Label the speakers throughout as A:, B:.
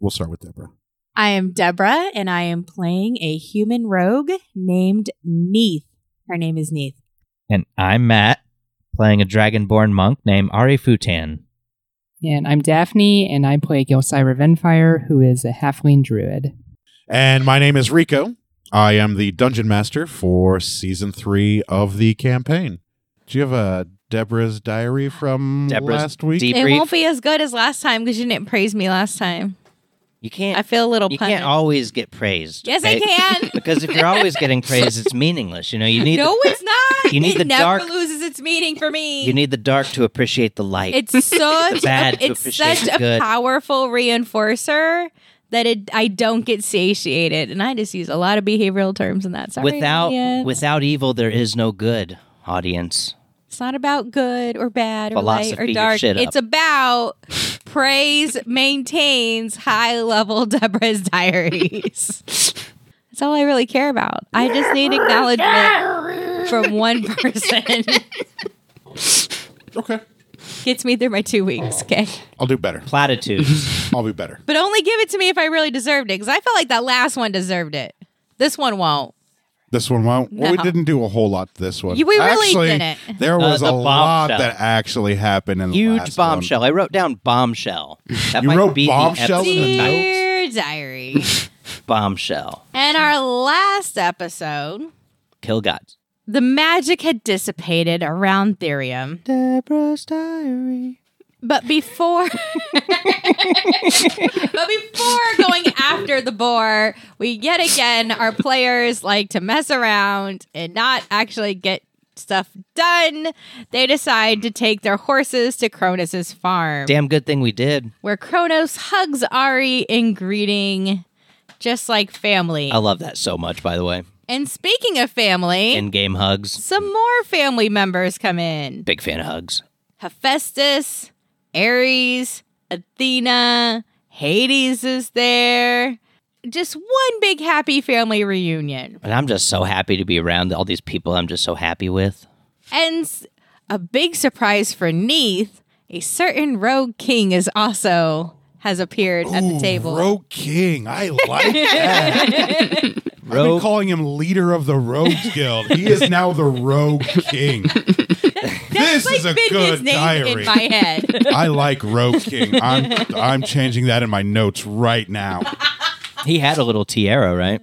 A: We'll start with Deborah.
B: I am Deborah, and I am playing a human rogue named Neith. Her name is Neith.
C: And I'm Matt, playing a dragonborn monk named Ari Futan.
D: And I'm Daphne, and I play Gilcyra Venfire, who is a halfling druid.
A: And my name is Rico. I am the dungeon master for season three of the campaign. Do you have a Deborah's diary from
C: Deborah's
A: last week?
C: deep-
B: It
C: Debrief.
B: won't be as good as last time because you didn't praise me last time.
C: You
B: I
C: can't.
B: feel a little
C: You
B: punished.
C: can't always get praised.
B: yes, I
C: okay?
B: can.
C: because if you're always getting praised, it's meaningless. You know, you need
B: no, it's not.
C: you need
B: it
C: the
B: never
C: dark-
B: loses its meaning for
C: the,
B: me.
C: you need the dark to appreciate the light.
B: it's such
C: bad
B: a,
C: to
B: it's
C: appreciate
B: such
C: the
B: a
C: good.
B: powerful reinforcer that it I don't get satiated, and I just use a lot of behavioral terms in that. Sorry,
C: without
B: Elliot.
C: without evil, there is no good. Audience,
B: It's not about good or bad or light
C: Philosophy
B: or
C: your
B: dark.
C: shit up.
B: It's about praise maintains high level Deborah's diaries. That's all I really care about. I just need acknowledgement from one person.
A: okay.
B: Gets me through my two weeks, okay?
A: I'll do better.
C: platitudes.
A: I'll be better.
B: But only give it to me if I really deserved it, because I felt like that last one deserved it. This one won't.
A: This one won't. Well, we
B: No.
A: didn't do a whole lot to this one.
B: You- we really
A: actually,
B: didn't.
A: There was
C: Uh, the
A: a lot
C: bombshell.
A: that actually happened in the
C: Huge
A: last
C: bombshell. I wrote down bombshell. That
A: You
C: might
A: wrote
C: be the
A: bombshell in the
C: episode title.
B: Dear diary.
C: Bombshell.
B: and our last episode.
C: Kill gods.
B: The magic had dissipated around Therium. Deborah's diary. But before But before going after the boar, we yet again our players like to mess around and not actually get stuff done. They decide to take their horses to Cronus's farm
C: Damn good thing we did.
B: where Kronos hugs Ari in greeting just like family.
C: I love that so much. By the way,
B: and speaking of family,
C: in game hugs.
B: some more family members come in.
C: Big fan of hugs.
B: Hephaestus, Ares, Athena, Hades is there. Just one big happy family reunion.
C: And I'm just so happy to be around all these people I'm just so happy with.
B: And s- a big surprise for Neith, a certain rogue king is also has appeared at
A: One.
B: the
A: Ooh,
B: table.
A: Rogue King. I like that. I've been
C: Rogue-
A: calling him leader of the Rogues Guild. He is now the Rogue King. this
B: Like,
A: is a
B: been his
A: good
B: name
A: diary.
B: in my head.
A: I like Rogue King. I'm I'm changing that in my notes right now.
C: He had a little tiara, right?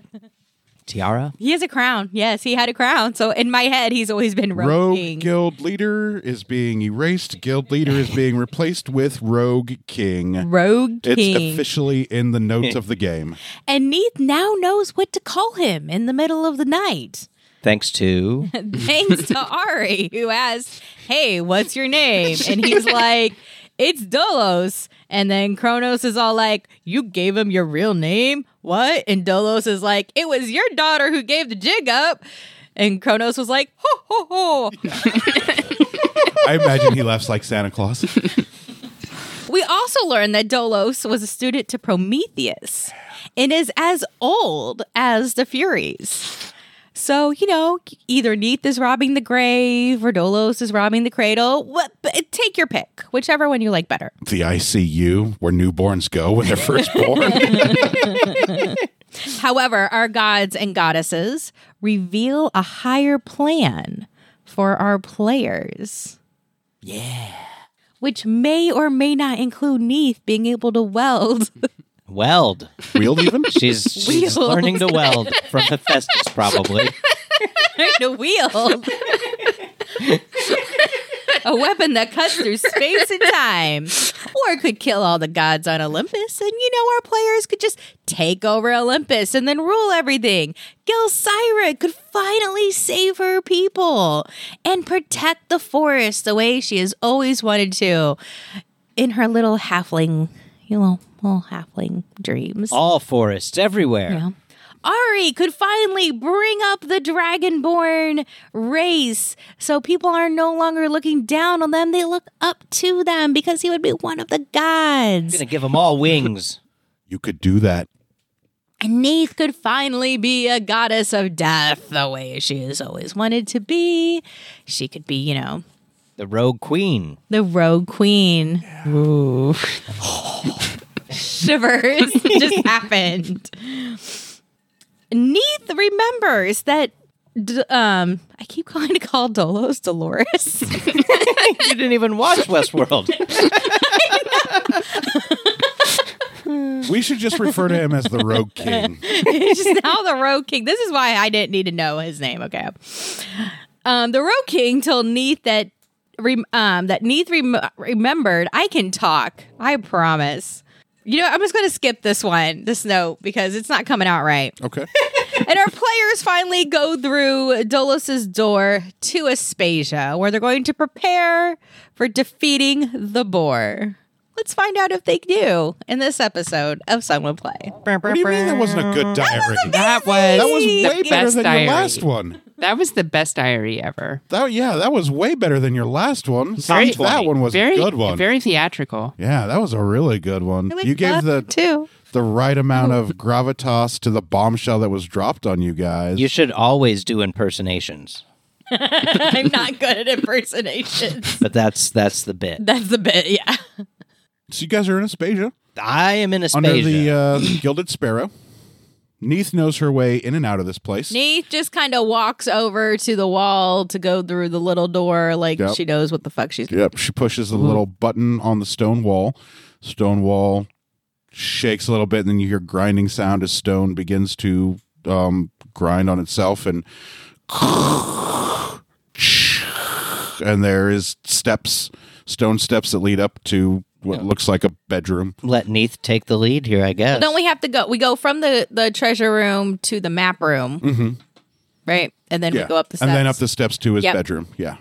C: Tiara?
B: he has a crown. Yes, he had a crown. So in my head, he's always been rogue,
A: Rogue
B: king.
A: Guild Leader is being erased. Guild Leader is being replaced with Rogue King.
B: rogue
A: It's
B: king.
A: officially in the notes of the game.
B: And Neith now knows what to call him in the middle of the night.
C: Thanks to
B: Thanks to Ari, who asks, Hey, what's your name? And he's like, It's Dolos. And then Kronos is all like, You gave him your real name? What? And Dolos is like, It was your daughter who gave the jig up. And Kronos was like, Ho, ho, ho.
A: I imagine he laughs like Santa Claus.
B: We also learned that Dolos was a student to Prometheus and is as old as the Furies. So, you know, either Neith is robbing the grave or Dolos is robbing the cradle. What, but take your pick, whichever one you like better.
A: The ICU, where newborns go when they're first born.
B: However, our gods and goddesses reveal a higher plan for our players. Yeah. Which may or may not include Neith being able to weld.
C: weld.
A: Wheeled even?
C: She's, she's
B: Wheels.
C: learning to weld from Hephaestus, probably.
B: a wheel. a a weapon that cuts through space and time, or could kill all the gods on Olympus. And you know, our players could just take over Olympus and then rule everything. Gilcyra could finally save her people and protect the forest the way she has always wanted to in her little halfling, you know, little halfling dreams.
C: All forests everywhere.
B: Yeah. Ari could finally bring up the dragonborn race so people are no longer looking down on them. They look up to them because he would be one of the
C: I'm
B: gods.
C: gonna give them all wings.
A: You could do that.
B: And Neith could finally be a goddess of death the way she has always wanted to be. She could be, you know,
C: The Rogue Queen.
B: the rogue queen.
D: Ooh.
B: shivers just happened. Neith remembers that. D- um, I keep calling to call Dolos Dolores.
C: You didn't even watch Westworld.
A: We should just refer to him as the Rogue King.
B: It's just now the Rogue King. This is why I didn't need to know his name. Okay. Um, the Rogue King told Neith that rem- um that Neith rem- remembered I can talk. I promise. You know, I'm just going to skip this one, this note, because it's not coming out right.
A: Okay.
B: and our players finally go through Dolos's door to Aspasia, where they're going to prepare for defeating the boar. Let's find out if they do in this episode of Someone Play.
A: What do you mean that wasn't a good diary?
D: That
A: That
D: was
A: was way better
D: best
A: than
D: diary.
A: your last one.
D: that was the best diary ever.
A: That yeah, that was way better than your last one.
C: Very-
A: that one was
D: Very
A: a good one.
D: Very theatrical.
A: yeah, that was a really good one. You gave the
B: two.
A: the right amount of gravitas to the bombshell that was dropped on you guys.
C: You should always do impersonations.
B: I'm not good at impersonations.
C: But that's that's the bit.
B: That's the bit, yeah.
A: so you guys are in Aspasia
C: I am in Aspasia.
A: under the uh, Gilded Sparrow. Neith knows her way in and out of this place.
B: Neith just kind of walks over to the wall to go through the little door, like
A: Yep.
B: she knows what the fuck she's.
A: Yep, she pushes the little button on the stone wall. Stone wall shakes a little bit, and then you hear grinding sound as stone begins to um, grind on itself, and and there is steps, stone steps that lead up to what looks like a bedroom.
C: Let Neith take the lead here, I guess.
B: Don't we have to go? We go from the the treasure room to the map room,
A: Mm-hmm.
B: right? And then we go up the steps.
A: and then up the steps to his
B: Yep.
A: bedroom. Yeah,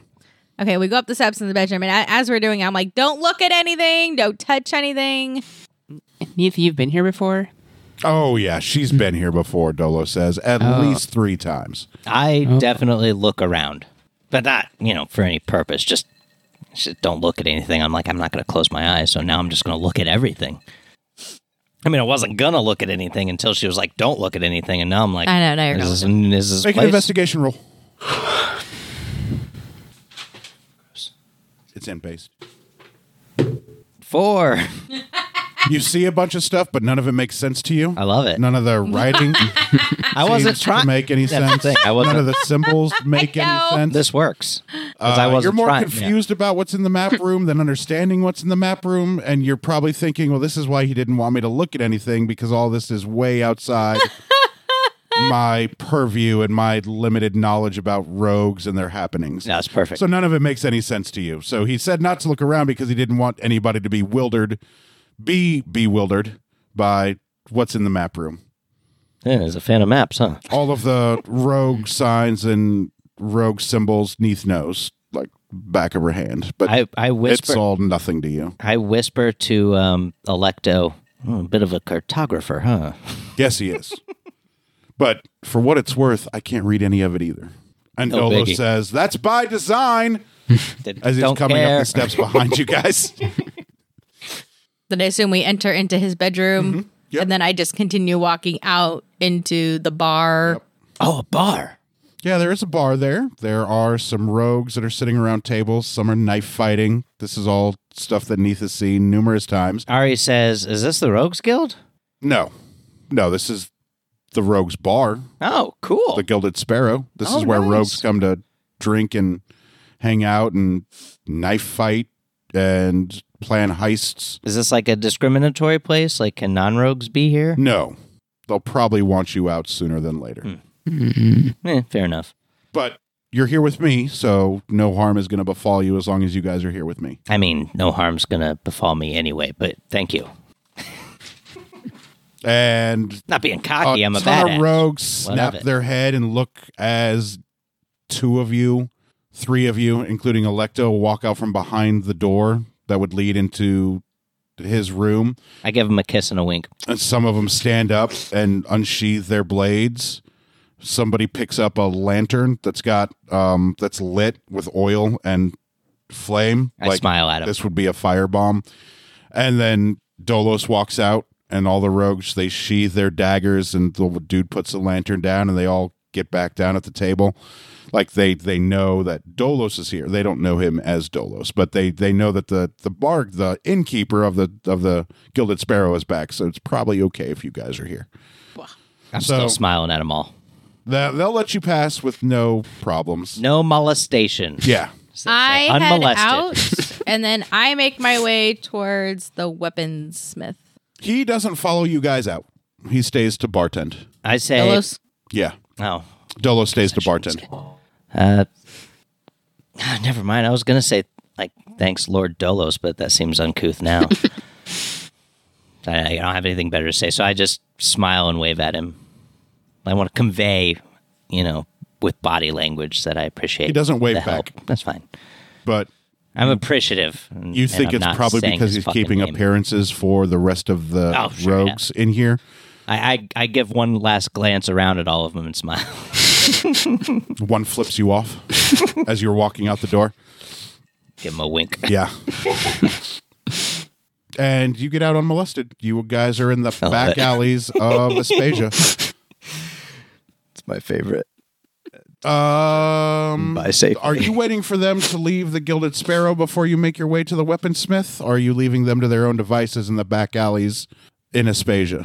B: Okay, we go up the steps in the bedroom, and a- as we're doing, it, I'm like, "Don't look at anything, don't touch anything."
D: Neith, you've been here before.
A: Oh yeah, she's been here before. Dolo says at least three times.
C: I definitely look around, but not you know for any purpose. Just, just don't look at anything. I'm like I'm not going to close my eyes, so now I'm just going to look at everything. I mean, I wasn't gonna look at anything until she was like, "Don't look at anything," and now I'm like,
B: I know, now you're
C: This
B: gonna
C: is, this is
A: Make an
C: place-
A: investigation roll. it's in based.
C: four.
A: You see a bunch of stuff, but none of it makes sense to you.
C: I love it.
A: None of the writing
C: I wasn't
A: seems to
C: trying.
A: make any
C: That's the
A: sense.
C: thing, I
A: None
C: wasn't-
A: of the symbols make any
B: know.
A: sense.
C: This works. 'Cause I
A: Uh,
C: wasn't
A: you're more
C: trying- yeah.
A: confused about what's in the map room than understanding what's in the map room, and you're probably thinking, "Well, this is why he didn't want me to look at anything because all this is way outside my purview and my limited knowledge about rogues and their happenings."
C: No, it's perfect.
A: So none of it makes any sense to you. So he said not to look around because he didn't want anybody to be wildered, be bewildered by what's in the map room.
C: yeah, there's a fan of maps, huh?
A: All of the rogue signs and rogue symbols Neath knows, like back of her hand. But
C: I I whisper.
A: it's all nothing to you.
C: I whisper to um, Electo. "Hmm, a bit of a cartographer, huh?
A: Yes, he is. but for what it's worth, I can't read any of it either. And
C: No
A: Dolo
C: biggie.
A: says, That's by design as he's
C: Don't
A: coming
C: care.
A: up the steps behind you guys.
B: Then I assume we enter into his bedroom,
A: Yep.
B: and then I just continue walking out into the bar.
C: Oh, a bar.
A: Yeah, there is a bar there. There are some rogues that are sitting around tables. Some are knife fighting. This is all stuff that Neith has seen numerous times.
C: Ari says, "Is this the Rogues Guild?"
A: No, no, this is the Rogues Bar,
C: Oh, cool.
A: the Gilded Sparrow. This
C: Oh,
A: is where
C: nice.
A: rogues come to drink and hang out and knife fight and plan heists.
C: Is this like a discriminatory place? Like, can non rogues be here?
A: No, they'll probably want you out sooner than later.
C: Hmm. Eh, fair enough.
A: But You're here with me, so no harm is going to befall you as long as you guys are here with me.
C: I mean, no harm's gonna befall me anyway, but thank you.
A: And
C: Not being cocky,
A: a
C: I'm a
A: ton
C: badass.
A: of rogues snap
C: it.
A: their head and look as two of you, three of you, including Electo, walk out from behind the door that would lead into his room.
C: I give him a kiss and a wink.
A: And some of them stand up and unsheathe their blades. Somebody picks up a lantern that's got um, that's lit with oil and flame.
C: I smile at him.
A: This would be a firebomb. And then Dolos walks out, and all the rogues they sheathe their daggers, and the dude puts the lantern down, and they all get back down at the table. Like they they know that Dolos is here. They don't know him as Dolos, but they they know that the the barg, the innkeeper of the of the Gilded Sparrow, is back. So it's probably okay if you guys are here.
C: I'm
A: So-
C: still smiling at him all.
A: They- They'll let you pass with no problems.
C: No molestation.
A: Yeah.
C: So-
B: I head
C: unmolested.
B: out, and then I make my way towards the weaponsmith.
A: He doesn't follow you guys out. He stays to bartend.
C: I say,
B: Delos,
A: Yeah.
C: oh,
A: Dolos stays to bartend.
C: uh, ah, never mind. I was gonna say like, thanks, Lord Dolos, but that seems uncouth now. I, I don't have anything better to say, so I just smile and wave at him. I want to convey, you know, with body language that I appreciate.
A: He doesn't wave
C: the
A: back.
C: help. That's fine.
A: But
C: I'm appreciative. and-
A: you
C: and
A: think
C: I'm
A: it's
C: not
A: probably
C: saying
A: because
C: his
A: he's
C: fucking
A: keeping
C: name.
A: appearances for the rest of the
C: Oh, sure, yeah.
A: rogues in here.
C: I, I I give one last glance around at all of them and smile.
A: One flips you off as you're walking out the door.
C: give him a wink.
A: Yeah. and you get out unmolested. You guys are in the
C: love
A: back
C: it.
A: alleys of Aspasia.
E: It's my favorite.
A: Um,
E: By safety.
A: are you waiting for them to leave the Gilded Sparrow before you make your way to the weaponsmith? Or are you leaving them to their own devices in the back alleys in Aspasia?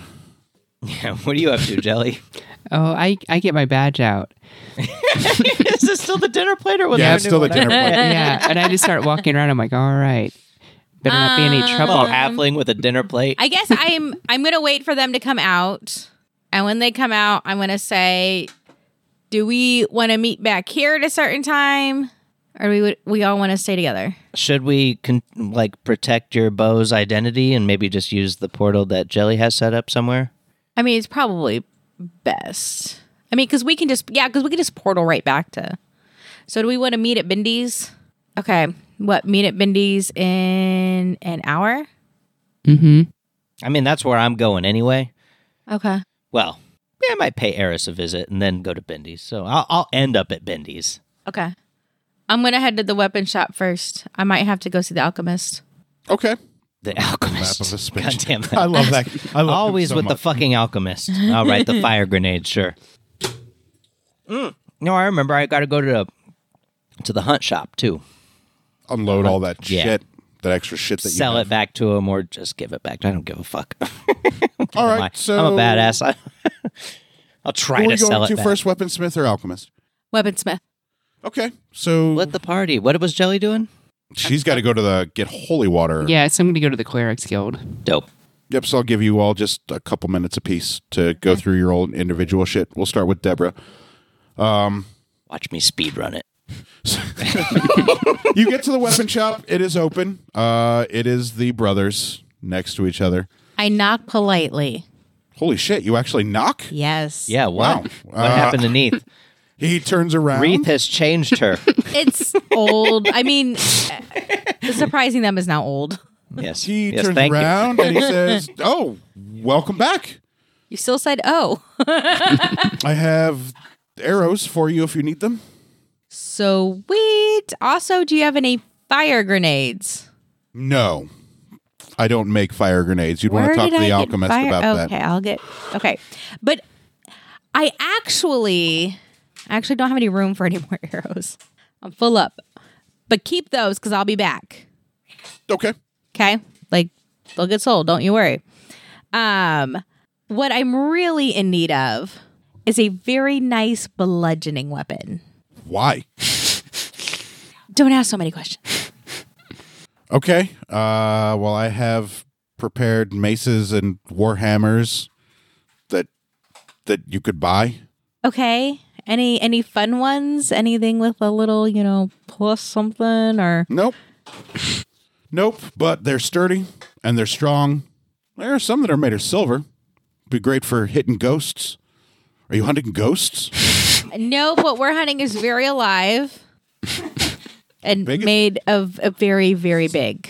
C: Yeah, what are you up to, Jelly?
D: Oh, I, I get my badge out.
C: Is this still the dinner plate or was
A: yeah,
C: there
A: it's
C: a new
A: still the
C: one?
A: dinner plate.
D: yeah, and I just start walking around. I'm like, all right, better not be any trouble.
C: Hello, Oh, halfling with a dinner plate.
B: I guess I'm I'm gonna wait for them to come out, and when they come out, I'm gonna say, "Do we want to meet back here at a certain time, or do we we all want to stay together?"
C: Should we con- like protect your beau's identity and maybe just use the portal that Jelly has set up somewhere?
B: I mean, it's probably best. I mean, because we can just yeah, because we can just portal right back to. So do we want to meet at Bindy's? Okay, what meet at Bindy's in an hour?
D: Mm-hmm.
C: I mean, that's where I'm going anyway.
B: Okay.
C: Well, yeah, I might pay Eris a visit and then go to Bendy's. So I'll, I'll end up at Bendy's.
B: Okay. I'm gonna head to the weapon shop first. I might have to go see the alchemist.
A: Okay.
C: The
A: Map of
C: alchemist.
A: Aspasia.
C: God damn it.
A: I love that. I love him
C: Always
A: so
C: with the
A: much.
C: fucking alchemist. All right, the fire grenade, sure. Mm. No, I remember. I got to go to the to the hunt shop too.
A: unload all that
C: Yeah.
A: shit, that extra shit that
C: Sell
A: you
C: it back to him or just give it back. I don't give a fuck.
A: It. All
C: I'm
A: right,
C: a-
A: so
C: I'm a badass. I, will try
A: Who are
C: to
A: you
C: sell
A: going
C: it
A: to
C: back.
A: first, weaponsmith or alchemist?
B: Weaponsmith.
A: Okay, so
C: Let the party. What was Jelly doing?
A: she's got to go to the get holy water.
D: Yeah, so I'm going to go to the clerics guild.
C: Dope.
A: Yep. So I'll give you all just a couple minutes apiece to go through your old individual shit. We'll start with Deborah.
C: Watch me speed run it.
A: you get to the weapon shop. It is open. Uh, it is the brothers next to each other.
B: I knock politely.
A: Holy shit! You actually knock.
B: Yes.
C: Yeah.
A: Wow.
C: What? What
A: Uh,
C: happened to Neith?
A: He turns around.
C: Wreath has changed her.
B: It's old. I mean, surprising them is now old.
C: Yes.
A: He
C: yes.
A: turns
C: Thank you.
A: around and he says, "Oh, welcome back.
B: You still said oh.
A: I have arrows for you if you need them."
B: Sweet. Also, do you have any fire grenades?
A: No. I don't make fire grenades. You'd want
B: Where
A: to talk
B: did
A: to
B: I
A: the
B: get
A: alchemist
B: fire-
A: about
B: okay,
A: that.
B: I'll get okay. But I actually I actually don't have any room for any more arrows. I'm full up. But keep those because I'll be back.
A: Okay.
B: Okay? Like they'll get sold, don't you worry. Um what I'm really in need of is a very nice bludgeoning weapon.
A: Why?
B: Don't ask so many questions.
A: Okay. Uh well I have prepared maces and warhammers that that you could buy.
B: Okay. Any any fun ones? Anything with a little, you know, plus something or
A: Nope. nope. But they're sturdy and they're strong. There are some that are made of silver. Be great for hitting ghosts. Are you hunting ghosts?
B: No, what we're hunting is very alive and
A: Big-
B: made of a very, very big.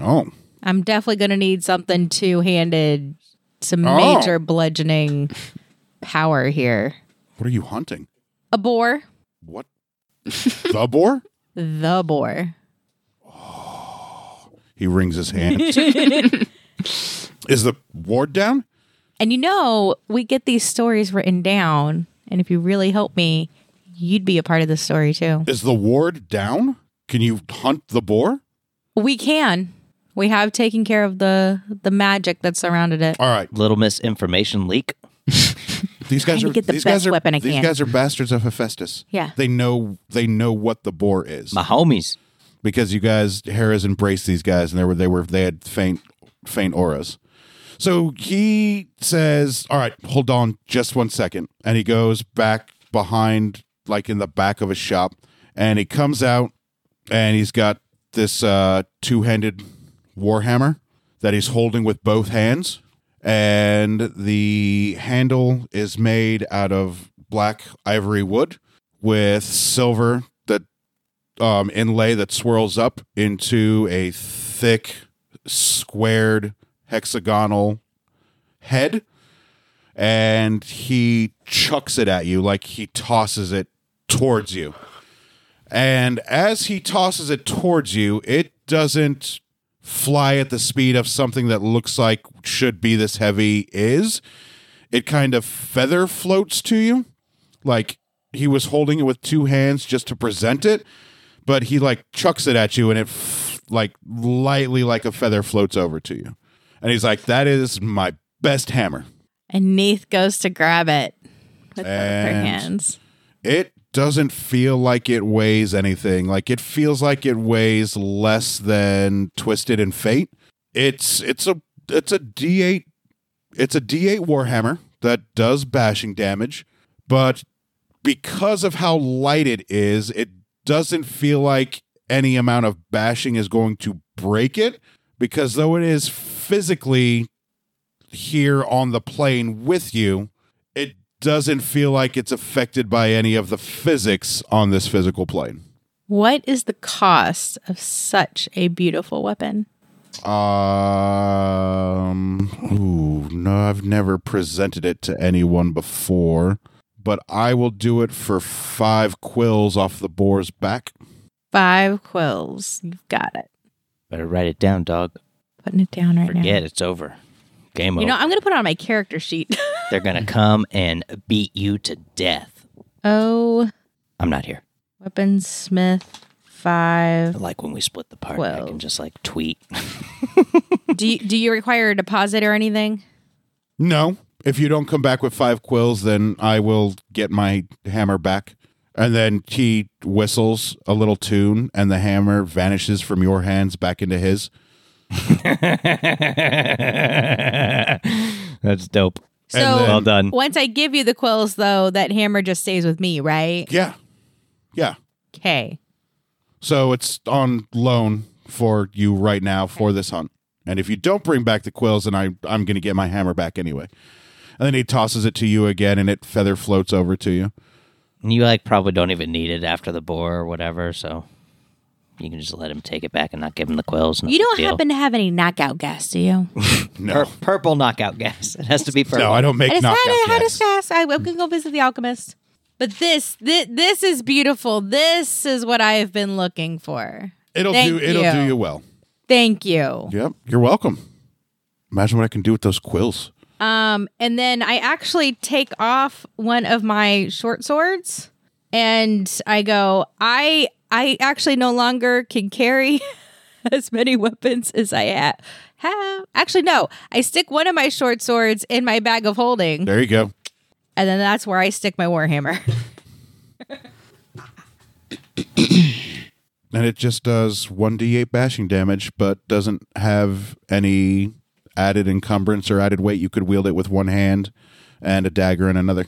A: Oh.
B: I'm definitely going to need something two handed, some
A: Oh.
B: major bludgeoning power here.
A: What are you hunting?
B: A boar,
A: What? the boar?
B: the boar.
A: He wrings his hands. Is the ward down?
B: And you know, we get these stories written down. And if you really help me, you'd be a part of the story too.
A: Is the ward down? Can you hunt the boar?
B: We can. We have taken care of the the magic that surrounded it.
A: All right.
C: Little misinformation leak.
A: These guys
B: Trying to
A: are
B: get the
A: these
B: best
A: guys are
B: weapon I
A: these
B: can.
A: guys are bastards of Hephaestus.
B: Yeah.
A: They know they know what the boar is.
C: My homies.
A: because you guys Hera's embraced these guys and they were they were they had faint faint auras. So he says, "All right, hold on just one second. And he goes back behind like in the back of a shop and he comes out and he's got this uh two-handed warhammer that he's holding with both hands and the handle is made out of black ivory wood with silver that um, inlay that swirls up into a thick, squared, hexagonal head. And he chucks it at you, like he tosses it towards you. And as he tosses it towards you, it doesn't fly at the speed of something that looks like should be this heavy is. It kind of feather floats to you. Like he was holding it with two hands just to present it but he like chucks it at you and it f- like lightly like a feather floats over to you and he's like that is my best hammer
B: And Neith goes to grab it with both her
A: And-
B: hands.
A: it doesn't feel like it weighs anything like it feels like it weighs less than twisted and fate it's it's a it's a d8 it's a d8 warhammer that does bashing damage but because of how light it is it doesn't feel like any amount of bashing is going to break it because though it is physically here on the plane with you it doesn't feel like it's affected by any of the physics on this physical plane.
B: What is the cost of such a beautiful weapon?
A: Um, ooh, no, I've never presented it to anyone before, but I will do it for five quills off the boar's back.
B: Five quills. You've got it.
C: Better write it down, dog.
B: Putting it down right
C: Forget it's over. Game
B: now.
C: over.
B: You know, I'm going to put it on my character sheet.
C: They're gonna come and beat you to death.
B: oh,
C: I'm not here.
B: weaponsmith
C: I
B: five.
C: Like when we split the party, I
B: Well.
C: can just like tweet.
B: do you, do you require a deposit or anything?
A: No, if you don't come back with five quills, then I will get my hammer back. And then he whistles a little tune, and the hammer vanishes from your hands back into his.
C: That's dope.
B: So
A: then-
C: Well done.
B: once I give you the quills, though, that hammer just stays with me, right?
A: Yeah. Yeah.
B: Okay.
A: So it's on loan for you right now for this hunt. And if you don't bring back the quills, then I, I'm going to get my hammer back anyway. And then he tosses it to you again, and it feather floats over to you.
C: You like probably don't even need it after the boar or whatever, so you can just let him take it back and not give him the quills. no
B: You
C: big
B: don't
C: deal.
B: happen to have any knockout gas, do you?
A: No,
C: Pur- purple knockout gas. It has to be purple.
A: no, I don't make
B: I just
A: knockout
B: had a, had a
A: gas.
B: fast. I, I'm gonna go visit the alchemist. But this, this, this is beautiful. This is what I have been looking for.
A: It'll
B: Thank
A: do. It'll
B: you.
A: do you well.
B: Thank you.
A: Yep, you're welcome. Imagine what I can do with those quills.
B: Um, and then I actually take off one of my short swords, and I go, I, I actually no longer can carry as many weapons as I ha- have. Actually, no, I stick one of my short swords in my bag of holding,
A: There you go.
B: and then that's where I stick my warhammer.
A: And it just does 1d8 bashing damage, but doesn't have any added encumbrance or added weight. You could wield it with one hand and a dagger in another.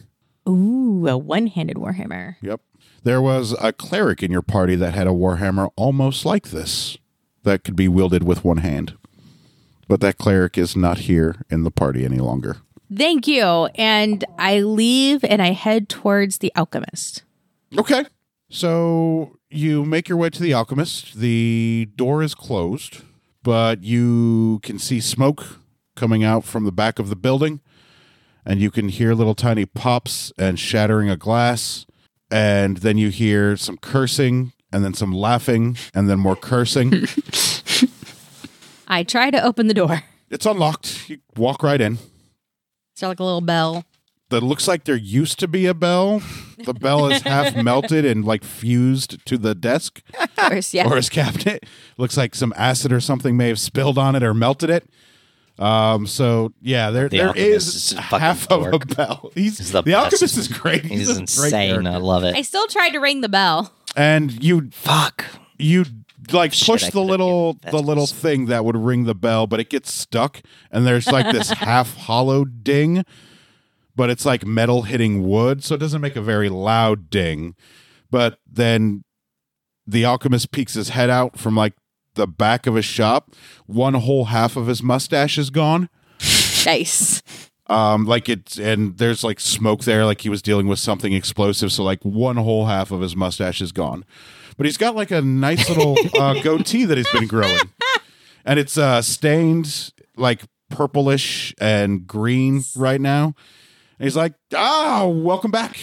B: Ooh, a one-handed warhammer.
A: Yep. There was a cleric in your party that had a warhammer almost like this that could be wielded with one hand. But that cleric is not here in the party any longer.
B: Thank you. And I leave and I head towards the alchemist.
A: Okay. So you make your way to the alchemist. The door is closed, but you can see smoke coming out from the back of the building, and you can hear little tiny pops and shattering of glass. And then you hear some cursing, and then some laughing, and then more cursing.
B: I try to open the door.
A: it's unlocked. You walk right in.
B: Is there like a little bell?
A: That looks like there used to be a bell. The bell is half melted and like fused to the desk.
B: Of course, yeah.
A: or his cabinet. Looks like some acid or something may have spilled on it or melted it. Um. So yeah, there
C: The
A: there
C: Alchemist
A: is
C: is a fucking
A: half of
C: dork.
A: a bell. He's,
C: He's
A: the,
C: the best.
A: alchemist is great.
C: He's
A: a great
C: insane. I
A: character.
C: love
B: I
C: it.
B: still tried to ring the bell.
A: And you
C: Fuck.
A: you like
C: Shit, I
A: push the
C: could've
A: little
C: given
A: the little
C: vegetables.
A: thing that would ring the bell, but it gets stuck, and there's like this half hollow ding, but it's like metal hitting wood, so it doesn't make a very loud ding. But then the alchemist peeks his head out from like the back of his shop. One whole half of his mustache is gone.
B: Nice.
A: Um, like it's and there's like smoke there, like he was dealing with something explosive. So like one whole half of his mustache is gone, but he's got like a nice little uh, goatee that he's been growing, and it's uh, stained like purplish and green right now. And he's like, "Ah, welcome back.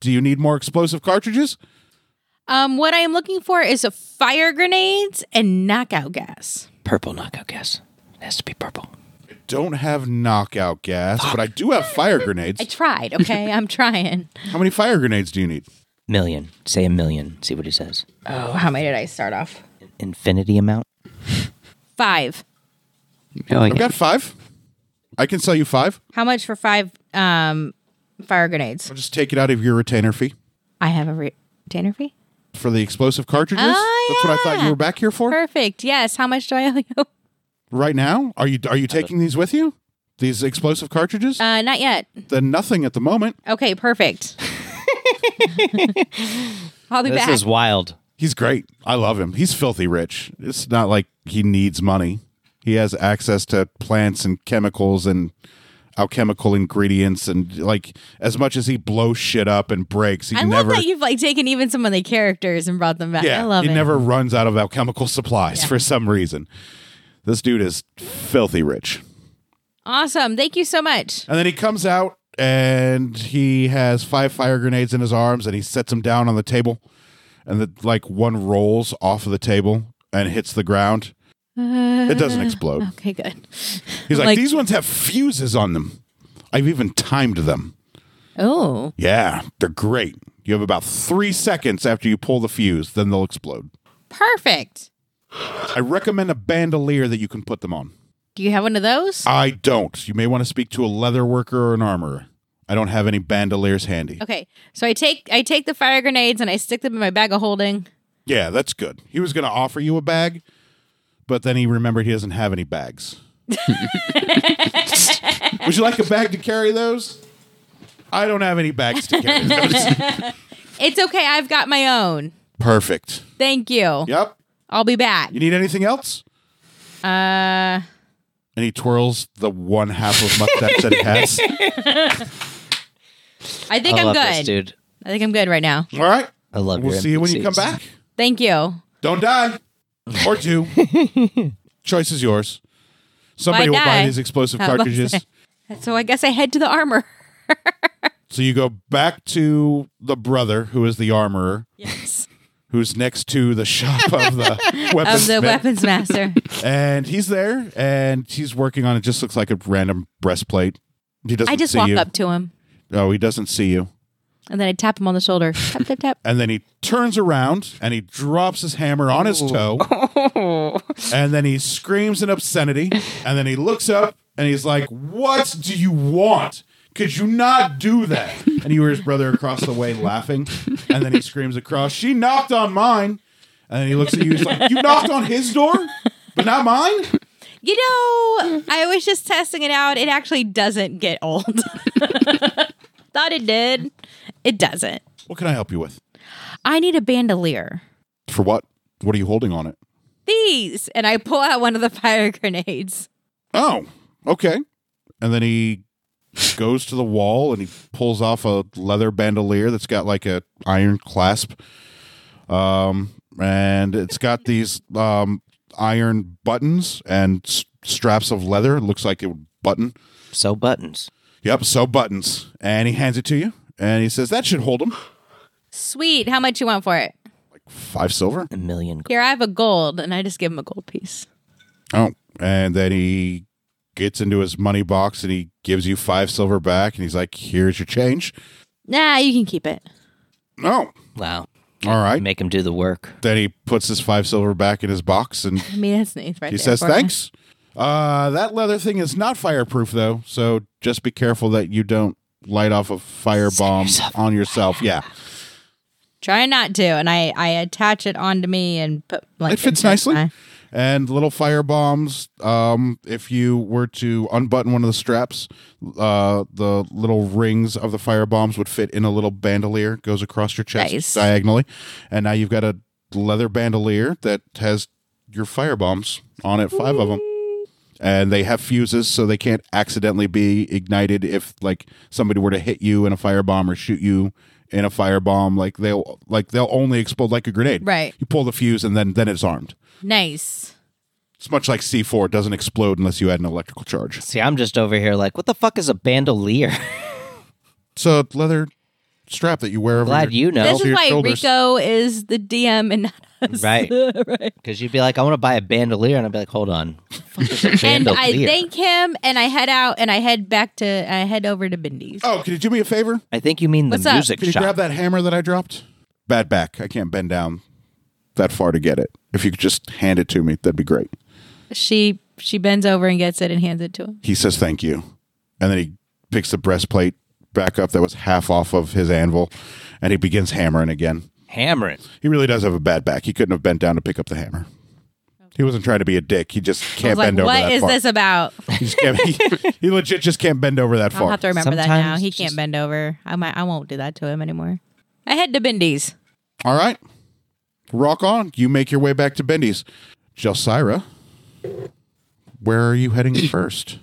A: Do you need more explosive cartridges?
B: Um, what I am looking for is a fire grenades and knockout gas.
C: Purple knockout gas. It has to be purple.
A: Don't have knockout gas, but I do have fire grenades.
B: I tried, okay? I'm trying.
A: How many fire grenades do you need?
C: Million. Say a million. See what he says.
B: Oh, how many did I start off?
C: Infinity amount.
B: Five.
A: I've got five. I can sell you five.
B: How much for five um fire grenades?
A: I'll just take it out of your retainer fee."
B: I have a re- retainer fee.
A: for the explosive cartridges.
B: Oh,
A: That's what I thought
B: yeah.
A: you were back here for.
B: Perfect. Yes. How much do I owe you?
A: Right now, are you are you taking these with you? These explosive cartridges?
B: Uh, not yet.
A: then nothing at the moment.
B: Okay. Perfect. I'll be
C: This
B: back.
C: is wild.
A: He's great. I love him. He's filthy rich. It's not like he needs money. He has access to plants and chemicals and alchemical ingredients and like as much as he blows shit up and breaks, he
B: I
A: never
B: love that you've like taken even some of the characters and brought them back.
A: Yeah,
B: I love
A: he
B: it.
A: never runs out of alchemical supplies
B: Yeah.
A: for some reason. This dude is filthy rich.
B: awesome. Thank you so much.
A: And then he comes out and he has five fire grenades in his arms and he sets them down on the table. And the, like one rolls off of the table and hits the ground. It doesn't explode.
B: Uh, Okay. Good.
A: He's like,
B: like-
A: these ones have fuses on them. I've even timed them.
B: Oh.
A: Yeah, they're great. You have about three seconds after you pull the fuse, then they'll explode.
B: Perfect.
A: I recommend a bandolier that you can put them on.
B: Do you have one of those?
A: I don't. You may want to speak to a leather worker or an armorer. I don't have any bandoliers handy.
B: Okay. So I take I take the fire grenades and I stick them in my bag of holding.
A: Yeah, that's good. He was going to offer you a bag, but then he remembered he doesn't have any bags. Would you like a bag to carry those? I don't have any bags to carry those.
B: It's okay. I've got my own.
A: Perfect.
B: Thank you.
A: Yep.
B: I'll be back.
A: You need anything else?
B: Uh.
A: And he twirls the one half of mustache that he has.
B: I think
C: I
B: I am
C: love
B: good.
C: this dude.
B: I think I'm good right now.
A: All right.
C: I love
A: We'll
C: your
A: see you when you come
C: NPCs.
A: back.
B: Thank you.
A: Don't die. Or do. Choice is yours. Somebody will buy
B: die?
A: these explosive
B: I was about to
A: cartridges.
B: say. So I guess I head to the armor.
A: So you go back to the brother who is the armorer.
B: Yes.
A: who's next to the shop of the weapons.
B: Of the weapons master.
A: And he's there and he's working on it. Just looks like a random breastplate. He doesn't
B: I just
A: see
B: walk
A: you.
B: up to him
A: Oh, he doesn't see you.
B: and then I tap him on the shoulder. tap, tap, tap.
A: And then he turns around and he drops his hammer on his toe. And then he screams an obscenity. And then he looks up and he's like, What do you want? Could you not do that? And you hear his brother across the way laughing. And then he screams across, She knocked on mine. And then he looks at you. He's like, You knocked on his door, but not mine?
B: You know, I was just testing it out. It actually doesn't get old. Thought it did. It doesn't.
A: What can I help you with?
B: I need a bandolier.
A: For what? What are you holding on it?
B: These. And I pull out one of the fire grenades.
A: Oh, okay. And then he goes to the wall and he pulls off a leather bandolier that's got like a iron clasp. Um, and it's got these um, iron buttons and s- straps of leather. It looks like a button.
C: So buttons.
A: Yep, so buttons. And he hands it to you and he says, That should hold him.
B: Sweet. How much you want for it?
A: Five silver.
C: A million. Go-
B: Here, I have a gold. And I just give him a gold piece.
A: Oh, and then he gets into his money box and he gives you five silver back and he's like, Here's your change.
B: Nah, you can keep it.
A: Oh,
C: wow.
A: all right.
C: Make him do the work.
A: Then he puts his five silver back in his box and
B: I mean, that's nice, right?
A: he
B: there
A: says,
B: for me.
A: Thanks. Uh, that leather thing is not fireproof, though. So just be careful that you don't light off a firebomb
C: yourself
A: on yourself. Yeah.
B: Try not to. And I, I attach it onto me and put like
A: It fits
B: into
A: nicely.
B: my-
A: And little firebombs, um, if you were to unbutton one of the straps, uh, the little rings of the firebombs would fit in a little bandolier, goes across your chest
B: Nice.
A: diagonally. And now you've got a leather bandolier that has your firebombs on it, five of them. And they have fuses, so they can't accidentally be ignited if, like, somebody were to hit you in a firebomb or shoot you in a firebomb. Like they'll, like they'll only explode like a grenade.
B: Right.
A: You pull the fuse, and then then it's armed.
B: Nice.
A: It's much like C4, it doesn't explode unless you add an electrical charge.
C: See, I'm just over here like, what the fuck is a bandolier?
A: It's a leather strap that you wear over
C: Glad
A: your-
C: you know.
B: This
A: to
B: is
A: your
B: why
A: shoulders.
B: Rico is the DM and not us.
C: Right.
B: right.
C: Because you'd be like, I want to buy a bandolier. And I'd be like, hold on. What the fuck is a
B: And I
C: bandolier?
B: thank him and I head out and I head back to, I head over to Bindy's.
A: Oh, can you do me a favor?
C: I think you mean the
B: What's up?
C: music
A: Can you
C: shop.
A: grab that hammer that I dropped? Bad back. I can't bend down that far to get it. If you could just hand it to me, that'd be great.
B: She, she bends over and gets it and hands it to him.
A: He says thank you. And then he picks the breastplate back up that was half off of his anvil and he begins hammering again.
C: Hammer it.
A: He really does have a bad back. He couldn't have bent down to pick up the hammer. He wasn't trying to be a dick. He just
B: I
A: can't
B: was like,
A: bend over
B: what
A: that
B: is
A: far.
B: this about?
A: He, just can't- he- he legit just can't bend over that
B: I'll
A: far.
B: have to remember that now.
C: Sometimes
B: He
C: it's
B: can't
C: just-
B: bend over. I might. I won't do that to him anymore. I head to Bindy's.
A: All right. Rock on. You make your way back to Bendy's. Jelsira, where are you heading first?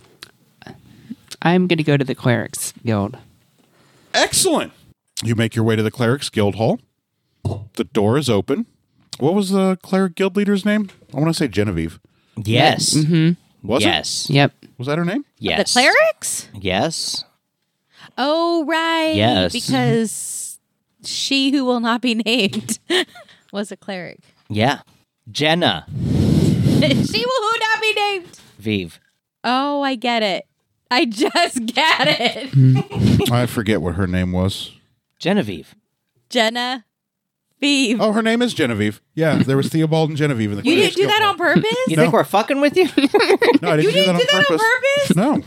D: I'm going to go to the Clerics Guild.
A: Excellent. You make your way to the Cleric's Guild Hall. The door is open. What was the Cleric Guild leader's name? I want to say Genevieve.
C: Yes.
A: Mm-hmm. Was it?
C: Yes.
D: Yep.
A: Was that her name?
B: The
C: Yes.
B: clerics.
C: Yes.
B: Oh right.
C: Yes.
B: Because she who will not be named was a cleric.
C: Yeah. Jenna.
B: she will who not be named.
C: Vive.
B: Oh, I get it. I just get it.
A: I forget what her name was.
C: Genevieve.
B: Jenna, Phoebe.
A: Oh, her name is Genevieve. Yeah, there was Theobald and Genevieve in the
B: you
A: Cleric's
B: didn't do
A: Guild
B: that
A: Hall.
B: on purpose.
C: You
A: No.
C: think we're fucking with you?
A: No, I didn't do that on
B: did that on
A: purpose.
B: purpose?
A: No.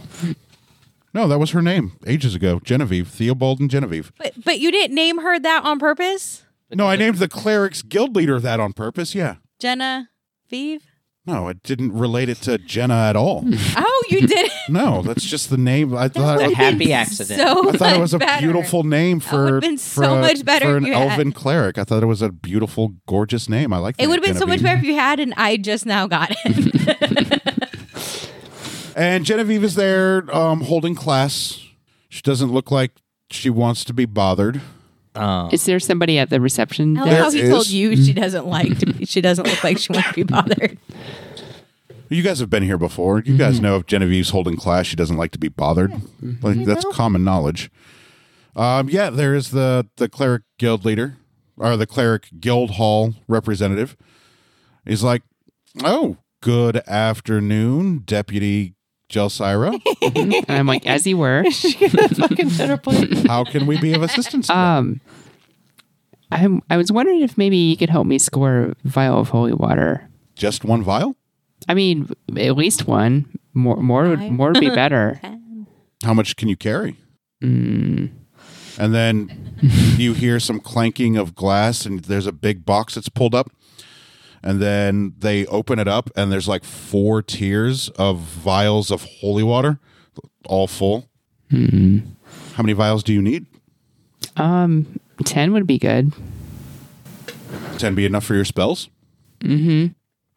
A: No, that was her name ages ago. Genevieve, Theobald and Genevieve.
B: But, but you didn't name her that on purpose.
A: No, I named the cleric's guild leader that on purpose. Yeah.
B: Jenna, Phoebe.
A: No, I didn't relate it to Jenna at all.
B: Oh, you did. it.
A: No, that's just the name. I thought
C: a
A: I
C: happy accident.
B: So
A: thought it
B: much
A: was a
B: better.
A: beautiful name for,
B: would've been
A: for
B: so
A: a-
B: much better
A: for
B: if
A: an
B: you had-
A: elven cleric. I thought it was a beautiful, gorgeous name. I like that.
B: It would have been so much better if you had, and I just now got it.
A: And Genevieve is there um, holding class. She doesn't look like she wants to be bothered. Uh.
C: Oh.
D: Is there somebody at the reception?
B: I
D: desk?
B: like how he
A: There
B: told
A: is-
B: you she doesn't like to be, she doesn't look like she wants to be bothered.
A: You guys have been here before. You guys know if Genevieve's holding class, she doesn't like to be bothered. Like that's common knowledge. Um, yeah, there is the the cleric guild leader or the cleric guild hall representative. He's like, "Oh, good afternoon, Deputy Jelsira.
D: And I'm like, as you were.
C: fucking center plate.
A: How can we be of assistance?"
D: Um, I'm, I was wondering if maybe you could help me score a vial of holy water.
A: Just one vial?
D: I mean, at least one. More, more, would, more would be better.
A: How much can you carry? And then you hear some clanking of glass, and there's a big box that's pulled up. And then they open it up, and there's like four tiers of
D: Hmm.
A: vials of holy water, all full. How many vials do you need?
D: Um, 10 would be good.
A: 10 be enough for your spells?
D: Mm-hmm.